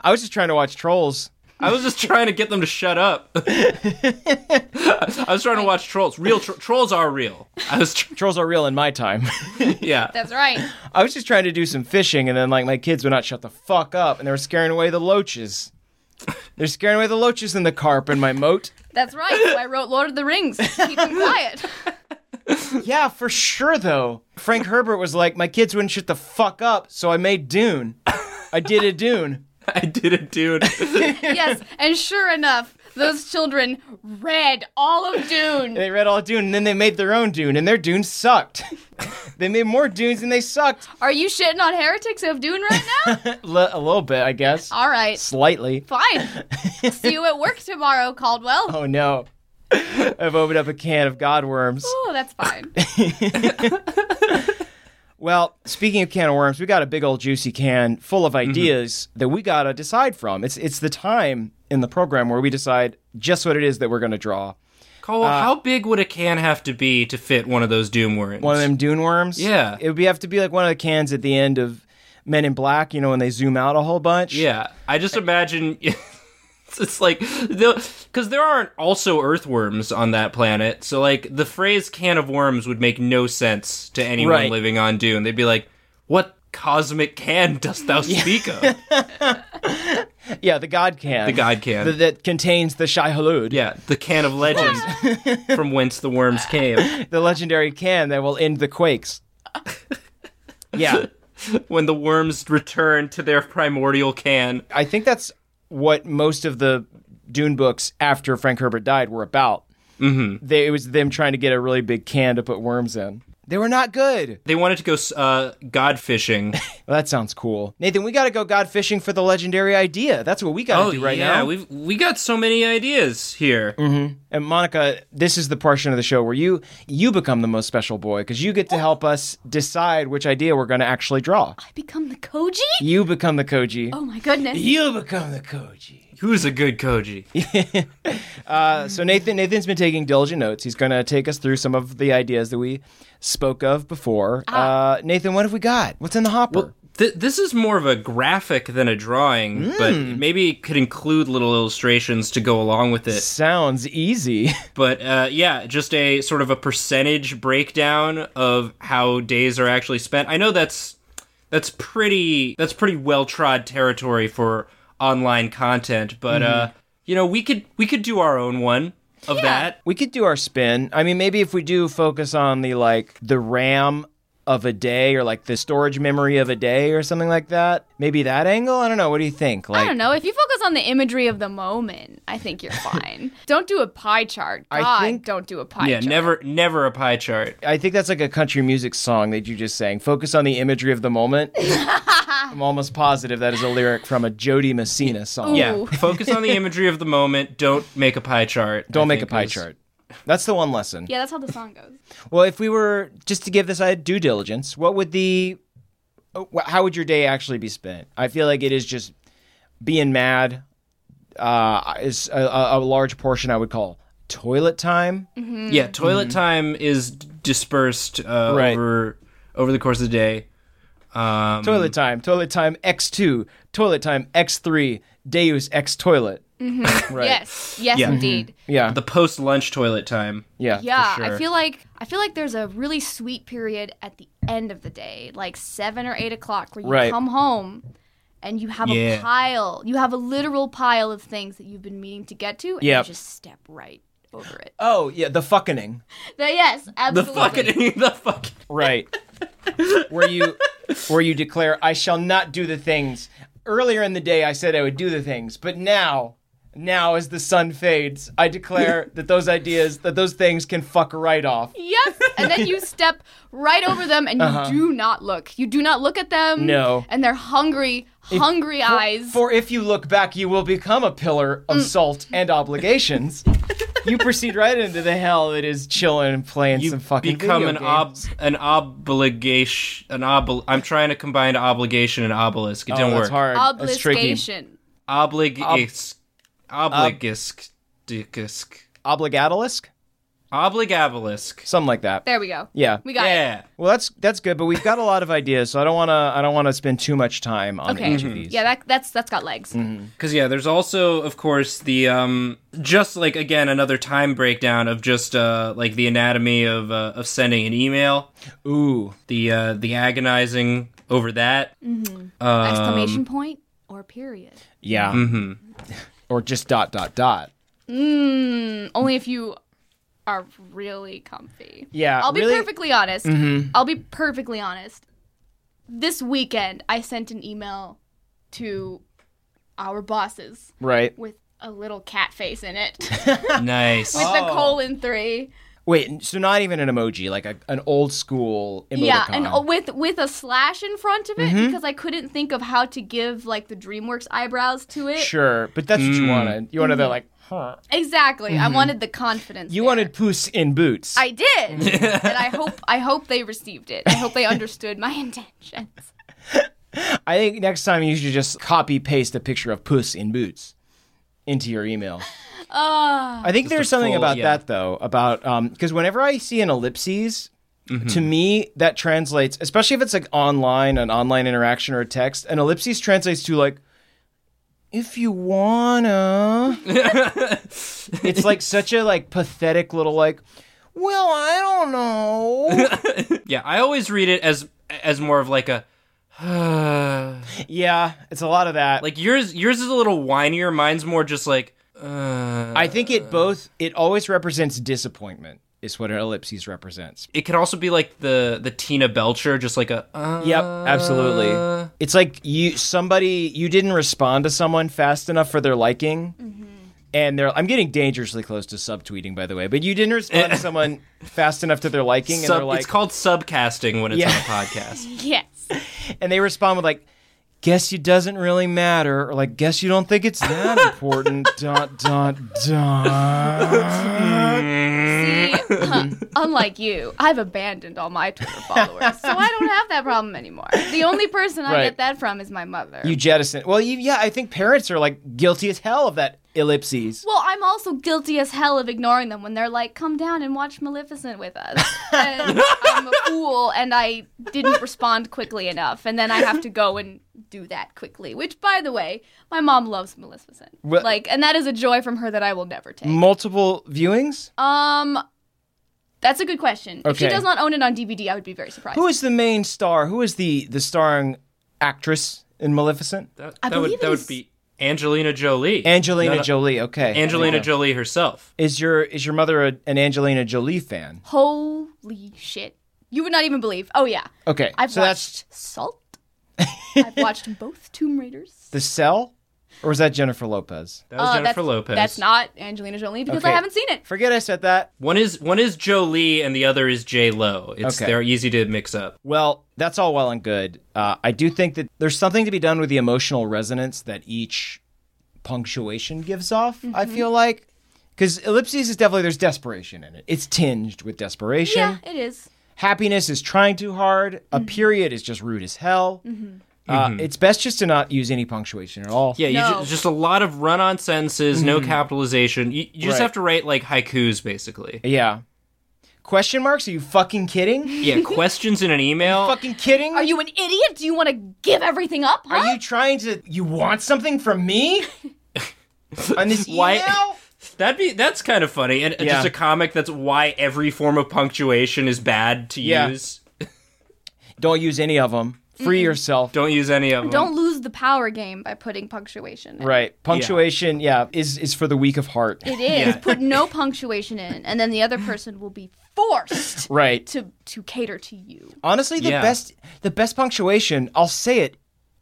[SPEAKER 2] I was just trying to watch Trolls.
[SPEAKER 4] I was just trying to get them to shut up. I was trying to watch trolls. Real tro- trolls are real. I was, tr-
[SPEAKER 2] Trolls are real in my time.
[SPEAKER 4] yeah.
[SPEAKER 3] That's right.
[SPEAKER 2] I was just trying to do some fishing, and then like my kids would not shut the fuck up, and they were scaring away the loaches. They're scaring away the loaches in the carp in my moat.
[SPEAKER 3] That's right. So I wrote Lord of the Rings. to Keep them quiet.
[SPEAKER 2] Yeah, for sure though. Frank Herbert was like, my kids wouldn't shut the fuck up, so I made Dune. I did a Dune.
[SPEAKER 4] I did it, dude.
[SPEAKER 3] Yes, and sure enough, those children read all of Dune.
[SPEAKER 2] They read all Dune, and then they made their own Dune, and their Dune sucked. they made more Dunes, and they sucked
[SPEAKER 3] Are you shitting on Heretics of Dune right now?
[SPEAKER 2] L- a little bit, I guess,
[SPEAKER 3] all right.
[SPEAKER 2] slightly.
[SPEAKER 3] Fine. See you at work tomorrow, Caldwell.
[SPEAKER 2] Oh no. I've opened up a can of godworms.
[SPEAKER 3] Oh, that's fine.
[SPEAKER 2] Well, speaking of can of worms, we got a big old juicy can full
[SPEAKER 4] Mm-hmm.
[SPEAKER 2] of ideas that we gotta decide from. It's it's the time in the program where we decide just what it is that we're gonna draw.
[SPEAKER 4] Cole,
[SPEAKER 2] Uh,
[SPEAKER 4] how big would a can have to be to fit one of those doom worms?
[SPEAKER 2] One of them dune worms.
[SPEAKER 4] Yeah.
[SPEAKER 2] it would be, have to be like one of the cans at the end of Men in Black. You know when they zoom out a whole bunch.
[SPEAKER 4] Yeah, I just imagine it's it's like because there aren't also earthworms on that planet, so like the phrase "can of worms" would make no sense to anyone
[SPEAKER 2] Right.
[SPEAKER 4] living on Dune. They'd be like, "What cosmic can dost thou speak of?"
[SPEAKER 2] yeah, the God can.
[SPEAKER 4] The God can.
[SPEAKER 2] Th- that contains the Shai Hulud.
[SPEAKER 4] yeah, the can of legend from whence the worms came.
[SPEAKER 2] the legendary can that will end the quakes. yeah,
[SPEAKER 4] When the worms return to their primordial can,
[SPEAKER 2] I think that's what most of the Dune books after Frank Herbert died were about. Mm-hmm. They, it was them trying to get a really big can to put worms in. They were not good.
[SPEAKER 4] they wanted to go s- uh, god fishing.
[SPEAKER 2] Well, that sounds cool, Nathan. We got to go god fishing for the legendary idea. That's what we got to do right
[SPEAKER 4] Oh, yeah,
[SPEAKER 2] now. Mm-hmm.
[SPEAKER 4] we've we got so many ideas here.
[SPEAKER 2] And Monica, this is the portion of the show where you you become the most special boy because you get to help us decide which idea we're going to actually draw.
[SPEAKER 3] I become the Koji?
[SPEAKER 2] You become the Koji.
[SPEAKER 3] Oh my goodness.
[SPEAKER 2] You become the Koji.
[SPEAKER 4] Who's a good Koji?
[SPEAKER 2] Uh, So Nathan Nathan's been taking diligent notes. He's going to take us through some of the ideas that we spoke of before.
[SPEAKER 3] Ah.
[SPEAKER 2] Uh, Nathan, what have we got? What's in the hopper?
[SPEAKER 4] Th- this is more of a graphic than a drawing, but
[SPEAKER 2] Mm.
[SPEAKER 4] maybe it could include little illustrations to go along with it.
[SPEAKER 2] Sounds easy.
[SPEAKER 4] But uh, yeah, just a sort of a percentage breakdown of how days are actually spent. I know that's that's pretty that's pretty well trod territory for online content, but
[SPEAKER 2] Mm-hmm.
[SPEAKER 4] uh, you know we could we could do our own one of that.
[SPEAKER 2] we could do our spin. I mean, maybe if we do focus on the like the RAM of a day or like the storage memory of a day or something like that. Maybe that angle. I don't know. What do you think? Like
[SPEAKER 3] I don't know. If you focus on the imagery of the moment, I think you're fine. don't do a pie chart.
[SPEAKER 2] I
[SPEAKER 3] God,
[SPEAKER 2] think-
[SPEAKER 3] don't do a pie
[SPEAKER 4] yeah,
[SPEAKER 3] chart.
[SPEAKER 4] never never a pie chart.
[SPEAKER 2] I think that's like a country music song that you just sang. Focus on the imagery of the moment. I'm almost positive that is a lyric from a Jody Messina song.
[SPEAKER 4] Yeah,
[SPEAKER 3] Ooh.
[SPEAKER 4] focus on the imagery of the moment. Don't make a pie chart.
[SPEAKER 2] Don't
[SPEAKER 4] I
[SPEAKER 2] make a
[SPEAKER 4] think
[SPEAKER 2] pie
[SPEAKER 4] is-
[SPEAKER 2] chart. That's the one lesson.
[SPEAKER 3] Yeah, that's how the song goes.
[SPEAKER 2] Well, if we were just to give this a due diligence, what would the oh, wh- how would your day actually be spent? I feel like it is just being mad uh, is a, a a large portion I would call toilet time.
[SPEAKER 3] Hmm.
[SPEAKER 4] Yeah, toilet time is d- dispersed uh,
[SPEAKER 2] Hmm. Right.
[SPEAKER 4] over over the course of the day. Um,
[SPEAKER 2] Toilet time, toilet time X two, toilet time X three, Deus X toilet. right.
[SPEAKER 3] Yes. Yes,
[SPEAKER 4] Yeah.
[SPEAKER 3] indeed.
[SPEAKER 2] Yeah.
[SPEAKER 4] the post lunch toilet time.
[SPEAKER 2] yeah.
[SPEAKER 3] Yeah,
[SPEAKER 4] sure.
[SPEAKER 3] I feel like I feel like there's a really sweet period at the end of the day, like seven or eight o'clock, where you
[SPEAKER 2] Right.
[SPEAKER 3] come home and you have
[SPEAKER 4] Yeah.
[SPEAKER 3] a pile. You have a literal pile of things that you've been meaning to get to, and
[SPEAKER 2] Yep.
[SPEAKER 3] you just step right over it.
[SPEAKER 2] Oh yeah, the fucking.
[SPEAKER 3] The- yes,
[SPEAKER 4] The
[SPEAKER 3] absolutely.
[SPEAKER 4] fucking the fucking.
[SPEAKER 2] Right. where you where you declare I shall not do the things. Earlier in the day I said I would do the things, but now now as the sun fades, I declare that those ideas that those things can fuck right off.
[SPEAKER 3] Yes, and then you step right over them, and you do not look. You do not look at them.
[SPEAKER 2] No.
[SPEAKER 3] and they're hungry, hungry eyes.
[SPEAKER 2] For if you look back, you will become a pillar of salt and obligations. you proceed right into the hell that is chilling and playing
[SPEAKER 4] You
[SPEAKER 2] some fucking
[SPEAKER 4] become
[SPEAKER 2] video
[SPEAKER 4] an
[SPEAKER 2] games.
[SPEAKER 4] ob an obligation an obl. I'm trying to combine obligation and obelisk.
[SPEAKER 2] Oh,
[SPEAKER 4] It didn't
[SPEAKER 2] that's
[SPEAKER 4] work.
[SPEAKER 2] hard. That's tricky.
[SPEAKER 3] Obligation.
[SPEAKER 4] Oblig is obligisk dikisk.
[SPEAKER 2] obligatolisk,
[SPEAKER 4] Obligabalisk.
[SPEAKER 2] something like that.
[SPEAKER 3] There we go.
[SPEAKER 2] Yeah.
[SPEAKER 3] We got it.
[SPEAKER 4] Yeah.
[SPEAKER 2] Well, that's that's good, but we've got a lot of ideas, so I don't want to I don't want to spend too much time on
[SPEAKER 3] Okay. Mm-hmm.
[SPEAKER 2] each of these.
[SPEAKER 3] Yeah, that, that's that's got legs.
[SPEAKER 4] Because yeah, there's also, of course, the um, just like again another time breakdown of just uh, like the anatomy of uh, of sending an email,
[SPEAKER 2] Ooh,
[SPEAKER 4] the uh, the agonizing over that.
[SPEAKER 3] Exclamation point or period.
[SPEAKER 2] yeah. Mm-hmm. or just dot dot dot.
[SPEAKER 3] Mm, Only if you are really comfy.
[SPEAKER 2] Yeah,
[SPEAKER 3] I'll be
[SPEAKER 2] really- Mm-hmm.
[SPEAKER 3] perfectly honest. I'll be perfectly honest. This weekend, I sent an email to our bosses
[SPEAKER 2] Right.
[SPEAKER 3] with a little cat face in it with
[SPEAKER 4] Nice.
[SPEAKER 2] Oh.
[SPEAKER 3] the colon three.
[SPEAKER 2] Wait, so not even an emoji, like a, an old school emoticon.
[SPEAKER 3] Yeah, and uh, with with a slash in front of it
[SPEAKER 2] Mm-hmm.
[SPEAKER 3] because I couldn't think of how to give like the DreamWorks eyebrows to it.
[SPEAKER 2] sure, but that's what you wanted. You wanted that like huh.
[SPEAKER 3] Exactly. I wanted the confidence.
[SPEAKER 2] Mm-hmm. You
[SPEAKER 3] there.
[SPEAKER 2] wanted Mm-hmm. Puss in Boots.
[SPEAKER 3] I did, and I hope I hope they received it. I hope they understood my intentions.
[SPEAKER 2] I think next time you should just copy paste a picture of Puss in Boots into your email. I think there's
[SPEAKER 4] a
[SPEAKER 2] something
[SPEAKER 4] full-
[SPEAKER 2] about
[SPEAKER 4] yeah.
[SPEAKER 2] that though, about because whenever I see an ellipses,
[SPEAKER 4] Mm-hmm.
[SPEAKER 2] to me that translates, especially if it's like online, an online interaction or a text, an ellipses translates to like, if you wanna. it's like such a like pathetic little like. Well, I don't know.
[SPEAKER 4] yeah, I always read it as as more of like a.
[SPEAKER 2] yeah, it's a lot of that.
[SPEAKER 4] Like yours, yours is a little whinier. Mine's more just like, uh,
[SPEAKER 2] I think it both it always represents disappointment is what an ellipses represents.
[SPEAKER 4] it could also be like the the Tina Belcher, just like a, uh,
[SPEAKER 2] Yep, absolutely. It's like you somebody you didn't respond to someone fast enough for their liking.
[SPEAKER 4] Mm-hmm.
[SPEAKER 2] And they're I'm getting dangerously close to subtweeting by the way, but you didn't respond to someone fast enough to their liking and
[SPEAKER 4] Eh. sub-
[SPEAKER 2] they're like
[SPEAKER 4] it's called subcasting when it's
[SPEAKER 2] Yeah.
[SPEAKER 4] on a podcast.
[SPEAKER 3] Yes.
[SPEAKER 2] and they respond with like guess you doesn't really matter or like guess you don't think it's that important dot dot dot.
[SPEAKER 3] See, huh, unlike you, I've abandoned all my Twitter followers, so I don't have that problem anymore. The only person I
[SPEAKER 2] Right.
[SPEAKER 3] get that from is my mother.
[SPEAKER 2] you jettison. Well, you, yeah, I think parents are like guilty as hell of that ellipses.
[SPEAKER 3] well, I'm also guilty as hell of ignoring them when they're like, "Come down and watch Maleficent with us." And I'm a fool, and I didn't respond quickly enough, and then I have to go and do that quickly. Which, by the way, my mom loves Maleficent,
[SPEAKER 2] Well-
[SPEAKER 3] like, and that is a joy from her that I will never take.
[SPEAKER 2] multiple viewings?
[SPEAKER 3] Um, that's a good question. If she
[SPEAKER 2] Okay.
[SPEAKER 3] does not own it on DVD, I would be very surprised.
[SPEAKER 2] Who is the main star? Who is the the starring actress in Maleficent?
[SPEAKER 4] That,
[SPEAKER 3] I
[SPEAKER 4] that would
[SPEAKER 3] believe
[SPEAKER 4] that
[SPEAKER 3] it
[SPEAKER 4] would
[SPEAKER 3] is-
[SPEAKER 4] be Angelina Jolie.
[SPEAKER 2] Angelina
[SPEAKER 4] No, no,
[SPEAKER 2] Jolie. Okay.
[SPEAKER 4] Angelina
[SPEAKER 2] Yeah.
[SPEAKER 4] Jolie herself.
[SPEAKER 2] Is your is your mother a, an Angelina Jolie fan?
[SPEAKER 3] Holy shit! You would not even believe. Oh yeah,
[SPEAKER 2] Okay.
[SPEAKER 3] I've
[SPEAKER 2] so that's
[SPEAKER 3] watched Salt. I've watched both Tomb Raiders.
[SPEAKER 2] The Cell, or was that Jennifer Lopez?
[SPEAKER 4] That was
[SPEAKER 3] Uh,
[SPEAKER 4] Jennifer
[SPEAKER 3] that's,
[SPEAKER 4] Lopez.
[SPEAKER 3] That's not Angelina Jolie because I
[SPEAKER 2] Okay.
[SPEAKER 3] haven't seen it.
[SPEAKER 2] Forget I said that.
[SPEAKER 4] one is one is Jolie and the other is J Lo. It's
[SPEAKER 2] Okay.
[SPEAKER 4] they're easy to mix up.
[SPEAKER 2] Well, that's all well and good. Uh, I do think that there's something to be done with the emotional resonance that each punctuation gives off.
[SPEAKER 3] Mm-hmm.
[SPEAKER 2] I feel like because ellipses is definitely there's desperation in it. It's tinged with desperation.
[SPEAKER 3] Yeah, it is.
[SPEAKER 2] happiness is trying too hard. A
[SPEAKER 3] Mm-hmm.
[SPEAKER 2] period is just rude as hell. Uh, It's best just to not use any punctuation at all.
[SPEAKER 4] Mm-hmm. Yeah, you
[SPEAKER 3] No.
[SPEAKER 4] ju- just a lot of run-on sentences, no capitalization. You, you just
[SPEAKER 2] Right.
[SPEAKER 4] have to write like haikus, basically.
[SPEAKER 2] Yeah. Question marks? Are you fucking kidding?
[SPEAKER 4] Yeah, questions in an email.
[SPEAKER 2] fucking kidding?
[SPEAKER 3] Are you an idiot? Do you want to give everything up? Huh?
[SPEAKER 2] Are you trying to? You want something from me? On this email?
[SPEAKER 4] Why- That'd be that's kind of funny, and and
[SPEAKER 2] Yeah.
[SPEAKER 4] just a comic that's why every form of punctuation is bad to
[SPEAKER 2] Yeah.
[SPEAKER 4] use.
[SPEAKER 2] Don't use any of them. Free yourself.
[SPEAKER 4] Don't use any of them.
[SPEAKER 3] Don't lose the power game by putting punctuation. in.
[SPEAKER 2] Right. Punctuation, yeah. is is for the weak of heart.
[SPEAKER 3] It is put no punctuation in, and then the other person will be forced
[SPEAKER 2] right.
[SPEAKER 3] to to cater to you.
[SPEAKER 2] Honestly, the
[SPEAKER 4] Yeah.
[SPEAKER 2] best the best punctuation, I'll say it,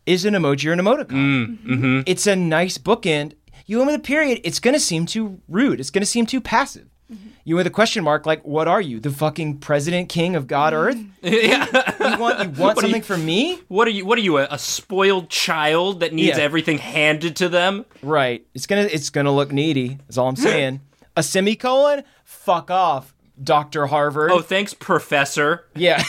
[SPEAKER 2] is an emoji or an emoticon.
[SPEAKER 4] Mm, mm-hmm.
[SPEAKER 2] It's a nice bookend. You end with a period, it's gonna seem too rude. It's gonna seem too passive. You with a question mark, like, what are you? The fucking president king of God Earth? You want you want something from me?
[SPEAKER 4] What are you? What are you? A, a spoiled child that needs
[SPEAKER 2] Yeah.
[SPEAKER 4] everything handed to them?
[SPEAKER 2] Right. It's gonna it's gonna look needy, is all I'm saying. a semicolon? Fuck off, Dr. Harvard.
[SPEAKER 4] Oh, thanks, professor.
[SPEAKER 2] Yeah.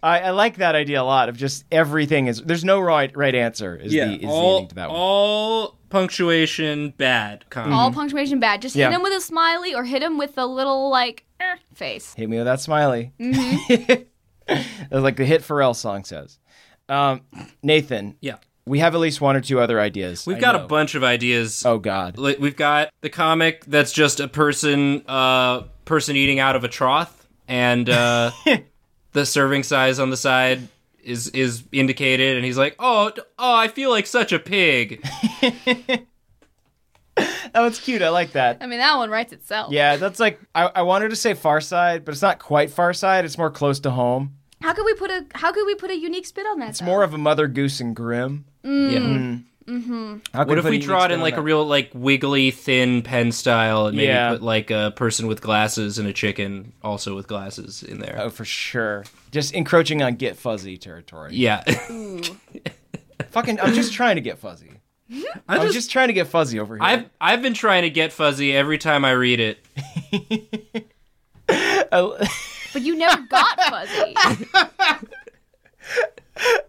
[SPEAKER 2] I, I like that idea a lot of just everything is there's no right right answer is the is the
[SPEAKER 4] all
[SPEAKER 2] ending to that one. Mm-hmm.
[SPEAKER 4] all punctuation bad comedy.
[SPEAKER 3] All punctuation bad. Just
[SPEAKER 2] Mm. Yeah.
[SPEAKER 3] hit him with a smiley or hit him with the little like eh, face.
[SPEAKER 2] Hit me with that smiley.
[SPEAKER 4] Mm-hmm.
[SPEAKER 2] like the hit Pharrell song says. Um, Nathan,
[SPEAKER 4] Yeah.
[SPEAKER 2] we have at least one or two other ideas.
[SPEAKER 4] We've
[SPEAKER 2] I
[SPEAKER 4] got
[SPEAKER 2] know.
[SPEAKER 4] a bunch of ideas.
[SPEAKER 2] Oh God.
[SPEAKER 4] Like, We've got the comic that's just a person, uh, person eating out of a trough, and uh, the serving size on the side is is indicated, and he's like, "Oh, d- oh, I feel like such a pig."
[SPEAKER 2] Oh, it's cute. I like that.
[SPEAKER 3] I mean that one writes itself.
[SPEAKER 2] Yeah, that's like I, I wanted to say Far Side, but it's not quite Far Side. It's more close to home.
[SPEAKER 3] How could we put a how could we put a unique spin on that?
[SPEAKER 2] It's more of a Mother Goose and Grimm.
[SPEAKER 4] Yeah.
[SPEAKER 2] How could
[SPEAKER 4] What if
[SPEAKER 2] put
[SPEAKER 4] we
[SPEAKER 2] a
[SPEAKER 4] draw it
[SPEAKER 2] unique
[SPEAKER 4] in
[SPEAKER 2] spin
[SPEAKER 4] like
[SPEAKER 2] on that?
[SPEAKER 4] a real like wiggly thin pen style, and maybe
[SPEAKER 2] Yeah.
[SPEAKER 4] put like a person with glasses and a chicken also with glasses in there?
[SPEAKER 2] Oh, for sure. Just encroaching on get fuzzy territory.
[SPEAKER 4] Yeah,
[SPEAKER 2] Fucking, I'm just trying to get fuzzy. I'm just, trying to get fuzzy over here.
[SPEAKER 4] I've I've been trying to get fuzzy every time I read it.
[SPEAKER 2] I-
[SPEAKER 3] But you never got fuzzy.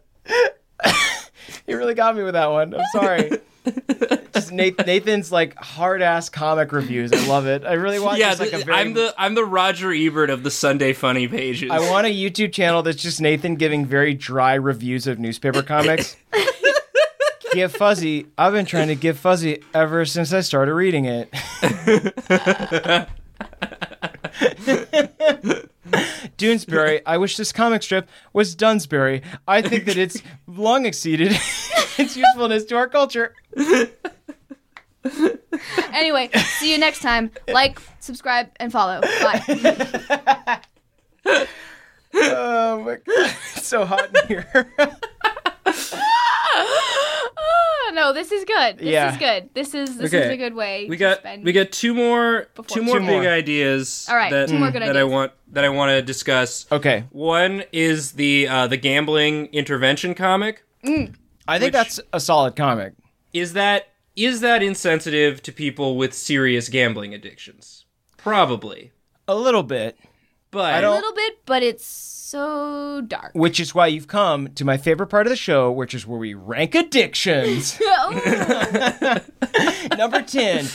[SPEAKER 2] you really got me with that one. I'm sorry. just Nath- Nathan's like hard ass comic reviews. I love it. I really want.
[SPEAKER 4] yeah,
[SPEAKER 2] just, like
[SPEAKER 4] th-
[SPEAKER 2] a very,
[SPEAKER 4] I'm the I'm the Roger Ebert of the Sunday Funny pages.
[SPEAKER 2] I want a YouTube channel that's just Nathan giving very dry reviews of newspaper comics. Give Fuzzy. I've been trying to give Fuzzy ever since I started reading it. Doonesbury, I wish this comic strip was Dunsbury. I think that it's long exceeded its usefulness to our culture.
[SPEAKER 3] anyway, see you next time. Like, subscribe, and follow. Bye.
[SPEAKER 2] Oh my god, it's so hot in here.
[SPEAKER 3] Oh, no, this is good. This
[SPEAKER 2] Yeah.
[SPEAKER 3] is good. This is this is
[SPEAKER 4] Okay.
[SPEAKER 3] a good way.
[SPEAKER 4] we
[SPEAKER 3] to
[SPEAKER 4] got
[SPEAKER 3] spend-
[SPEAKER 4] we got two more two more
[SPEAKER 2] Two
[SPEAKER 4] big
[SPEAKER 2] more.
[SPEAKER 4] ideas.
[SPEAKER 3] All right,
[SPEAKER 4] that,
[SPEAKER 3] two more good
[SPEAKER 4] that I
[SPEAKER 3] ideas.
[SPEAKER 4] want that I want to discuss.
[SPEAKER 2] Okay,
[SPEAKER 4] One is the uh, the gambling intervention comic.
[SPEAKER 2] I think
[SPEAKER 4] Which-
[SPEAKER 2] that's a solid comic.
[SPEAKER 4] Is that is that insensitive to people with serious gambling addictions? Probably,
[SPEAKER 2] A little bit.
[SPEAKER 4] but
[SPEAKER 2] I
[SPEAKER 3] a
[SPEAKER 2] don't-
[SPEAKER 3] little bit, but it's so dark.
[SPEAKER 2] which is why you've come to my favorite part of the show, which is where we rank addictions.
[SPEAKER 3] Oh,
[SPEAKER 2] Number 10,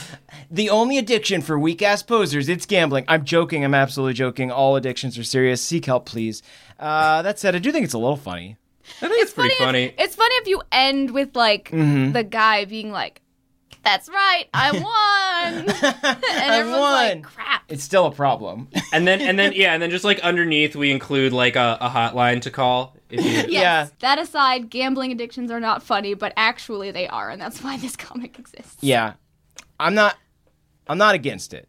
[SPEAKER 2] the only addiction for weak ass posers, it's gambling. I'm joking. I'm absolutely joking. All addictions are serious. Seek help, please. Uh, that said, I do think it's a little funny.
[SPEAKER 4] I think it's, pretty funny.
[SPEAKER 3] If, it's funny if you end with like the guy being like, "That's right, I won," and everyone's
[SPEAKER 2] won.
[SPEAKER 3] like, "Crap."
[SPEAKER 2] It's still a problem.
[SPEAKER 4] and then and then yeah, and then just like underneath we include like a, a hotline to call. If you,
[SPEAKER 3] Yes.
[SPEAKER 2] Yeah.
[SPEAKER 3] That aside, gambling addictions are not funny, but actually they are, and that's why this comic exists.
[SPEAKER 2] yeah. I'm not I'm not against it.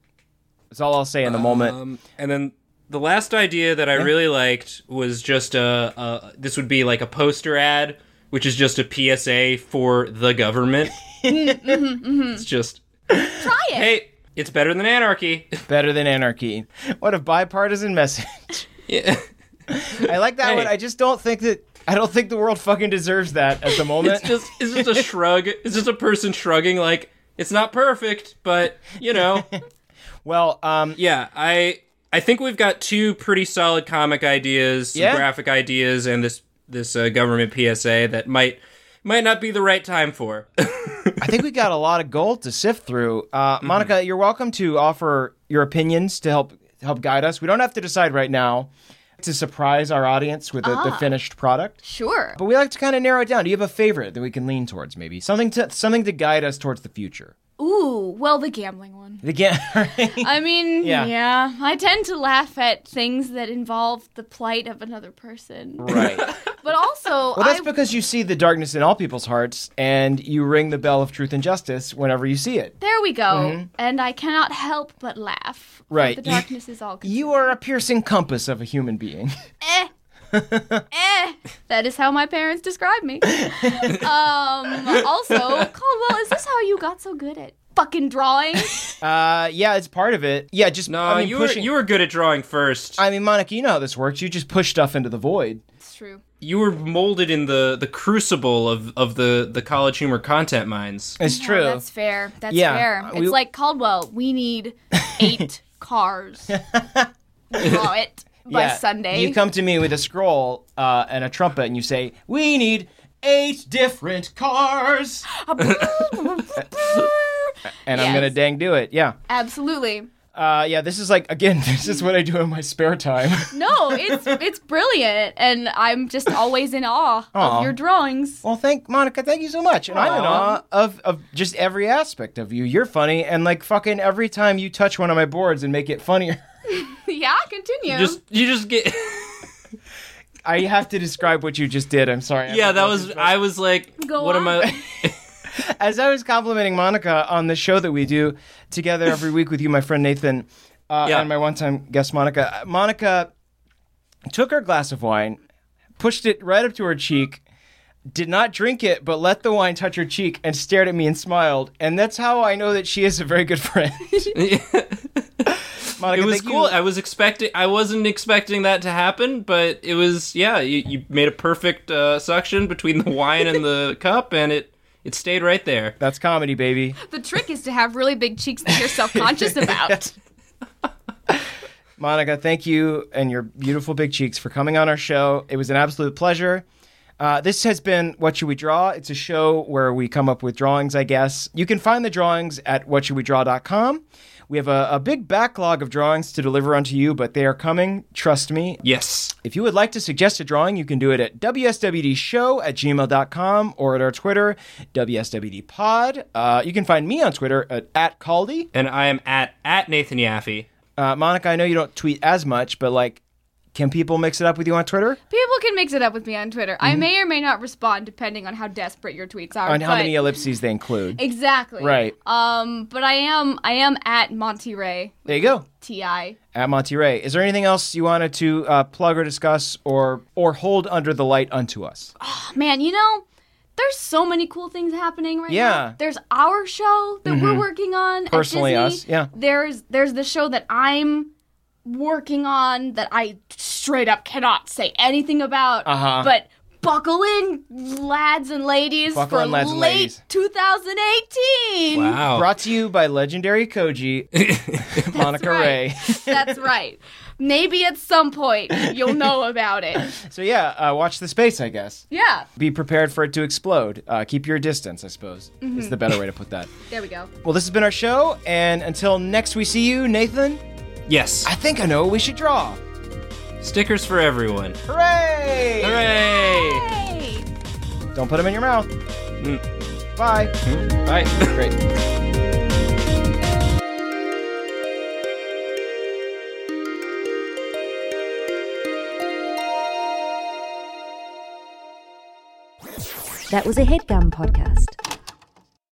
[SPEAKER 2] That's all I'll say in the moment.
[SPEAKER 4] Um, and then the last idea that I really liked was just a, a this would be like a poster ad, which is just a PSA for the government. It's just
[SPEAKER 3] Try it.
[SPEAKER 4] hey, it's better than anarchy.
[SPEAKER 2] Better than anarchy. What a bipartisan message.
[SPEAKER 4] yeah.
[SPEAKER 2] I like that
[SPEAKER 4] Hey.
[SPEAKER 2] one. I just don't think that I don't think the world fucking deserves that at the moment.
[SPEAKER 4] It's just it's just a shrug. It's just a person shrugging like it's not perfect, but you know.
[SPEAKER 2] well, um
[SPEAKER 4] Yeah, I I think we've got two pretty solid comic ideas, some
[SPEAKER 2] Yeah.
[SPEAKER 4] graphic ideas, and this this uh, government PSA that might might not be the right time for.
[SPEAKER 2] I think we got a lot of gold to sift through. Uh, Monica, you're welcome to offer your opinions to help help guide us. We don't have to decide right now to surprise our audience with the,
[SPEAKER 4] Ah.
[SPEAKER 2] the finished product,
[SPEAKER 3] Sure.
[SPEAKER 2] but we like to kind of narrow it down. Do you have a favorite that we can lean towards? Maybe something to something to guide us towards the future.
[SPEAKER 3] Ooh, well, the gambling one.
[SPEAKER 2] The ga-
[SPEAKER 3] I mean,
[SPEAKER 2] Yeah.
[SPEAKER 3] yeah. I tend to laugh at things that involve the plight of another person.
[SPEAKER 2] right.
[SPEAKER 3] But also,
[SPEAKER 2] Well, that's
[SPEAKER 3] I,
[SPEAKER 2] because you see the darkness in all people's hearts, and you ring the bell of truth and justice whenever you see it.
[SPEAKER 3] there we go. And I cannot help but laugh.
[SPEAKER 2] Mm-hmm. Right.
[SPEAKER 3] The darkness is all.
[SPEAKER 2] You are a piercing compass of a human being.
[SPEAKER 3] eh. eh. That is how my parents describe me. um, also, Caldwell, is this how you got so good at fucking drawing?
[SPEAKER 2] Uh, yeah, it's part of it. Yeah, just
[SPEAKER 4] No,
[SPEAKER 2] I mean,
[SPEAKER 4] you
[SPEAKER 2] pushing.
[SPEAKER 4] were you were good at drawing first.
[SPEAKER 2] I mean, Monica, you know how this works. You just push stuff into the void.
[SPEAKER 3] It's true.
[SPEAKER 4] you were molded in the the crucible of of the the college humor content mines.
[SPEAKER 2] It's
[SPEAKER 3] No,
[SPEAKER 2] true.
[SPEAKER 3] Oh, that's fair. That's
[SPEAKER 2] Yeah,
[SPEAKER 3] fair.
[SPEAKER 2] uh,
[SPEAKER 3] It's
[SPEAKER 2] we-
[SPEAKER 3] like Caldwell. We need eight cars. Draw it by
[SPEAKER 2] Yeah.
[SPEAKER 3] Sunday.
[SPEAKER 2] You come to me with a scroll uh, and a trumpet, and you say, "We need eight different cars. And I'm
[SPEAKER 3] Yes.
[SPEAKER 2] gonna dang do it. Yeah.
[SPEAKER 3] Absolutely.
[SPEAKER 2] Uh, yeah. This is like again. This is what I do in my spare time.
[SPEAKER 3] No, it's it's brilliant, and I'm just always in awe
[SPEAKER 2] Aw.
[SPEAKER 3] of your drawings.
[SPEAKER 2] well, thank Monica. Thank you so much. And I'm in awe of of just every aspect of you. You're funny, and like fucking every time you touch one of my boards and make it funnier.
[SPEAKER 3] yeah, continue.
[SPEAKER 4] Just you just get
[SPEAKER 2] I have to describe what you just did. I'm sorry.
[SPEAKER 4] yeah. That was I was like,
[SPEAKER 3] Go
[SPEAKER 4] what am
[SPEAKER 3] on.
[SPEAKER 4] I?
[SPEAKER 2] As I was complimenting Monica on the show that we do together every week with you, my friend Nathan, uh,
[SPEAKER 4] Yeah.
[SPEAKER 2] and my one-time guest Monica. Monica took her glass of wine, pushed it right up to her cheek, did not drink it, but let the wine touch her cheek and stared at me and smiled. And that's how I know that she is a very good friend. Monica,
[SPEAKER 4] It was
[SPEAKER 2] thank you.
[SPEAKER 4] cool. I was expecting. I wasn't expecting that to happen, but it was. Yeah, you, you made a perfect uh, suction between the wine and the cup, and it it stayed right there.
[SPEAKER 2] That's comedy, baby.
[SPEAKER 3] the trick is to have really big cheeks that you're self conscious about.
[SPEAKER 2] Monica, thank you and your beautiful big cheeks for coming on our show. It was an absolute pleasure. Uh, this has been What Should We Draw? It's a show where we come up with drawings, I guess. You can find the drawings at whatshoulddwedraw.com. We have a, a big backlog of drawings to deliver unto you, but they are coming. Trust me.
[SPEAKER 4] Yes.
[SPEAKER 2] If you would like to suggest a drawing, you can do it at wswdshow at gmail.com or at our Twitter, wswdpod. Uh, you can find me on Twitter at, at Caldy.
[SPEAKER 4] And I am at at Nathan Yaffe.
[SPEAKER 2] Uh, Monica, I know you don't tweet as much, but like, can people mix it up with you on Twitter?
[SPEAKER 3] People can mix it up with me on Twitter. I may or may not respond depending on how desperate your tweets are.
[SPEAKER 2] Mm-hmm. on how
[SPEAKER 3] but-
[SPEAKER 2] many ellipses they include.
[SPEAKER 3] Exactly.
[SPEAKER 2] Right.
[SPEAKER 3] Um, but I am I am at Monty Ray
[SPEAKER 2] There you go.
[SPEAKER 3] T I.
[SPEAKER 2] At Monty Ray. Is there anything else you wanted to uh, plug or discuss or or hold under the light unto us?
[SPEAKER 3] Man, you know, there's so many cool things happening right now.
[SPEAKER 2] Yeah. Mm-hmm.
[SPEAKER 3] There's our show that we're working on. at
[SPEAKER 2] Personally
[SPEAKER 3] Disney.
[SPEAKER 2] Us, yeah.
[SPEAKER 3] There's there's the show that I'm working on that I straight up cannot say anything about.
[SPEAKER 2] Uh-huh.
[SPEAKER 3] But buckle in, lads and ladies,
[SPEAKER 2] Buckle
[SPEAKER 3] for
[SPEAKER 2] in, lads and
[SPEAKER 3] late
[SPEAKER 2] ladies.
[SPEAKER 3] 2018.
[SPEAKER 4] Wow.
[SPEAKER 2] Brought to you by legendary Koji, Monica
[SPEAKER 3] right.
[SPEAKER 2] Ray.
[SPEAKER 3] That's right. Maybe at some point you'll know about it.
[SPEAKER 2] So yeah, uh, watch the space, I guess.
[SPEAKER 3] Yeah.
[SPEAKER 2] Be prepared for it to explode. Uh, keep your distance, I suppose, is the better way to put that.
[SPEAKER 3] There we go.
[SPEAKER 2] Well, this has been our show, and until next we see you, Nathan,
[SPEAKER 4] yes.
[SPEAKER 2] I think I know what we should draw.
[SPEAKER 4] Stickers for everyone.
[SPEAKER 2] Hooray!
[SPEAKER 4] Hooray!
[SPEAKER 3] Hey.
[SPEAKER 2] Don't put them in your mouth. Bye.
[SPEAKER 4] Bye.
[SPEAKER 2] Great.
[SPEAKER 1] That was a headgum podcast.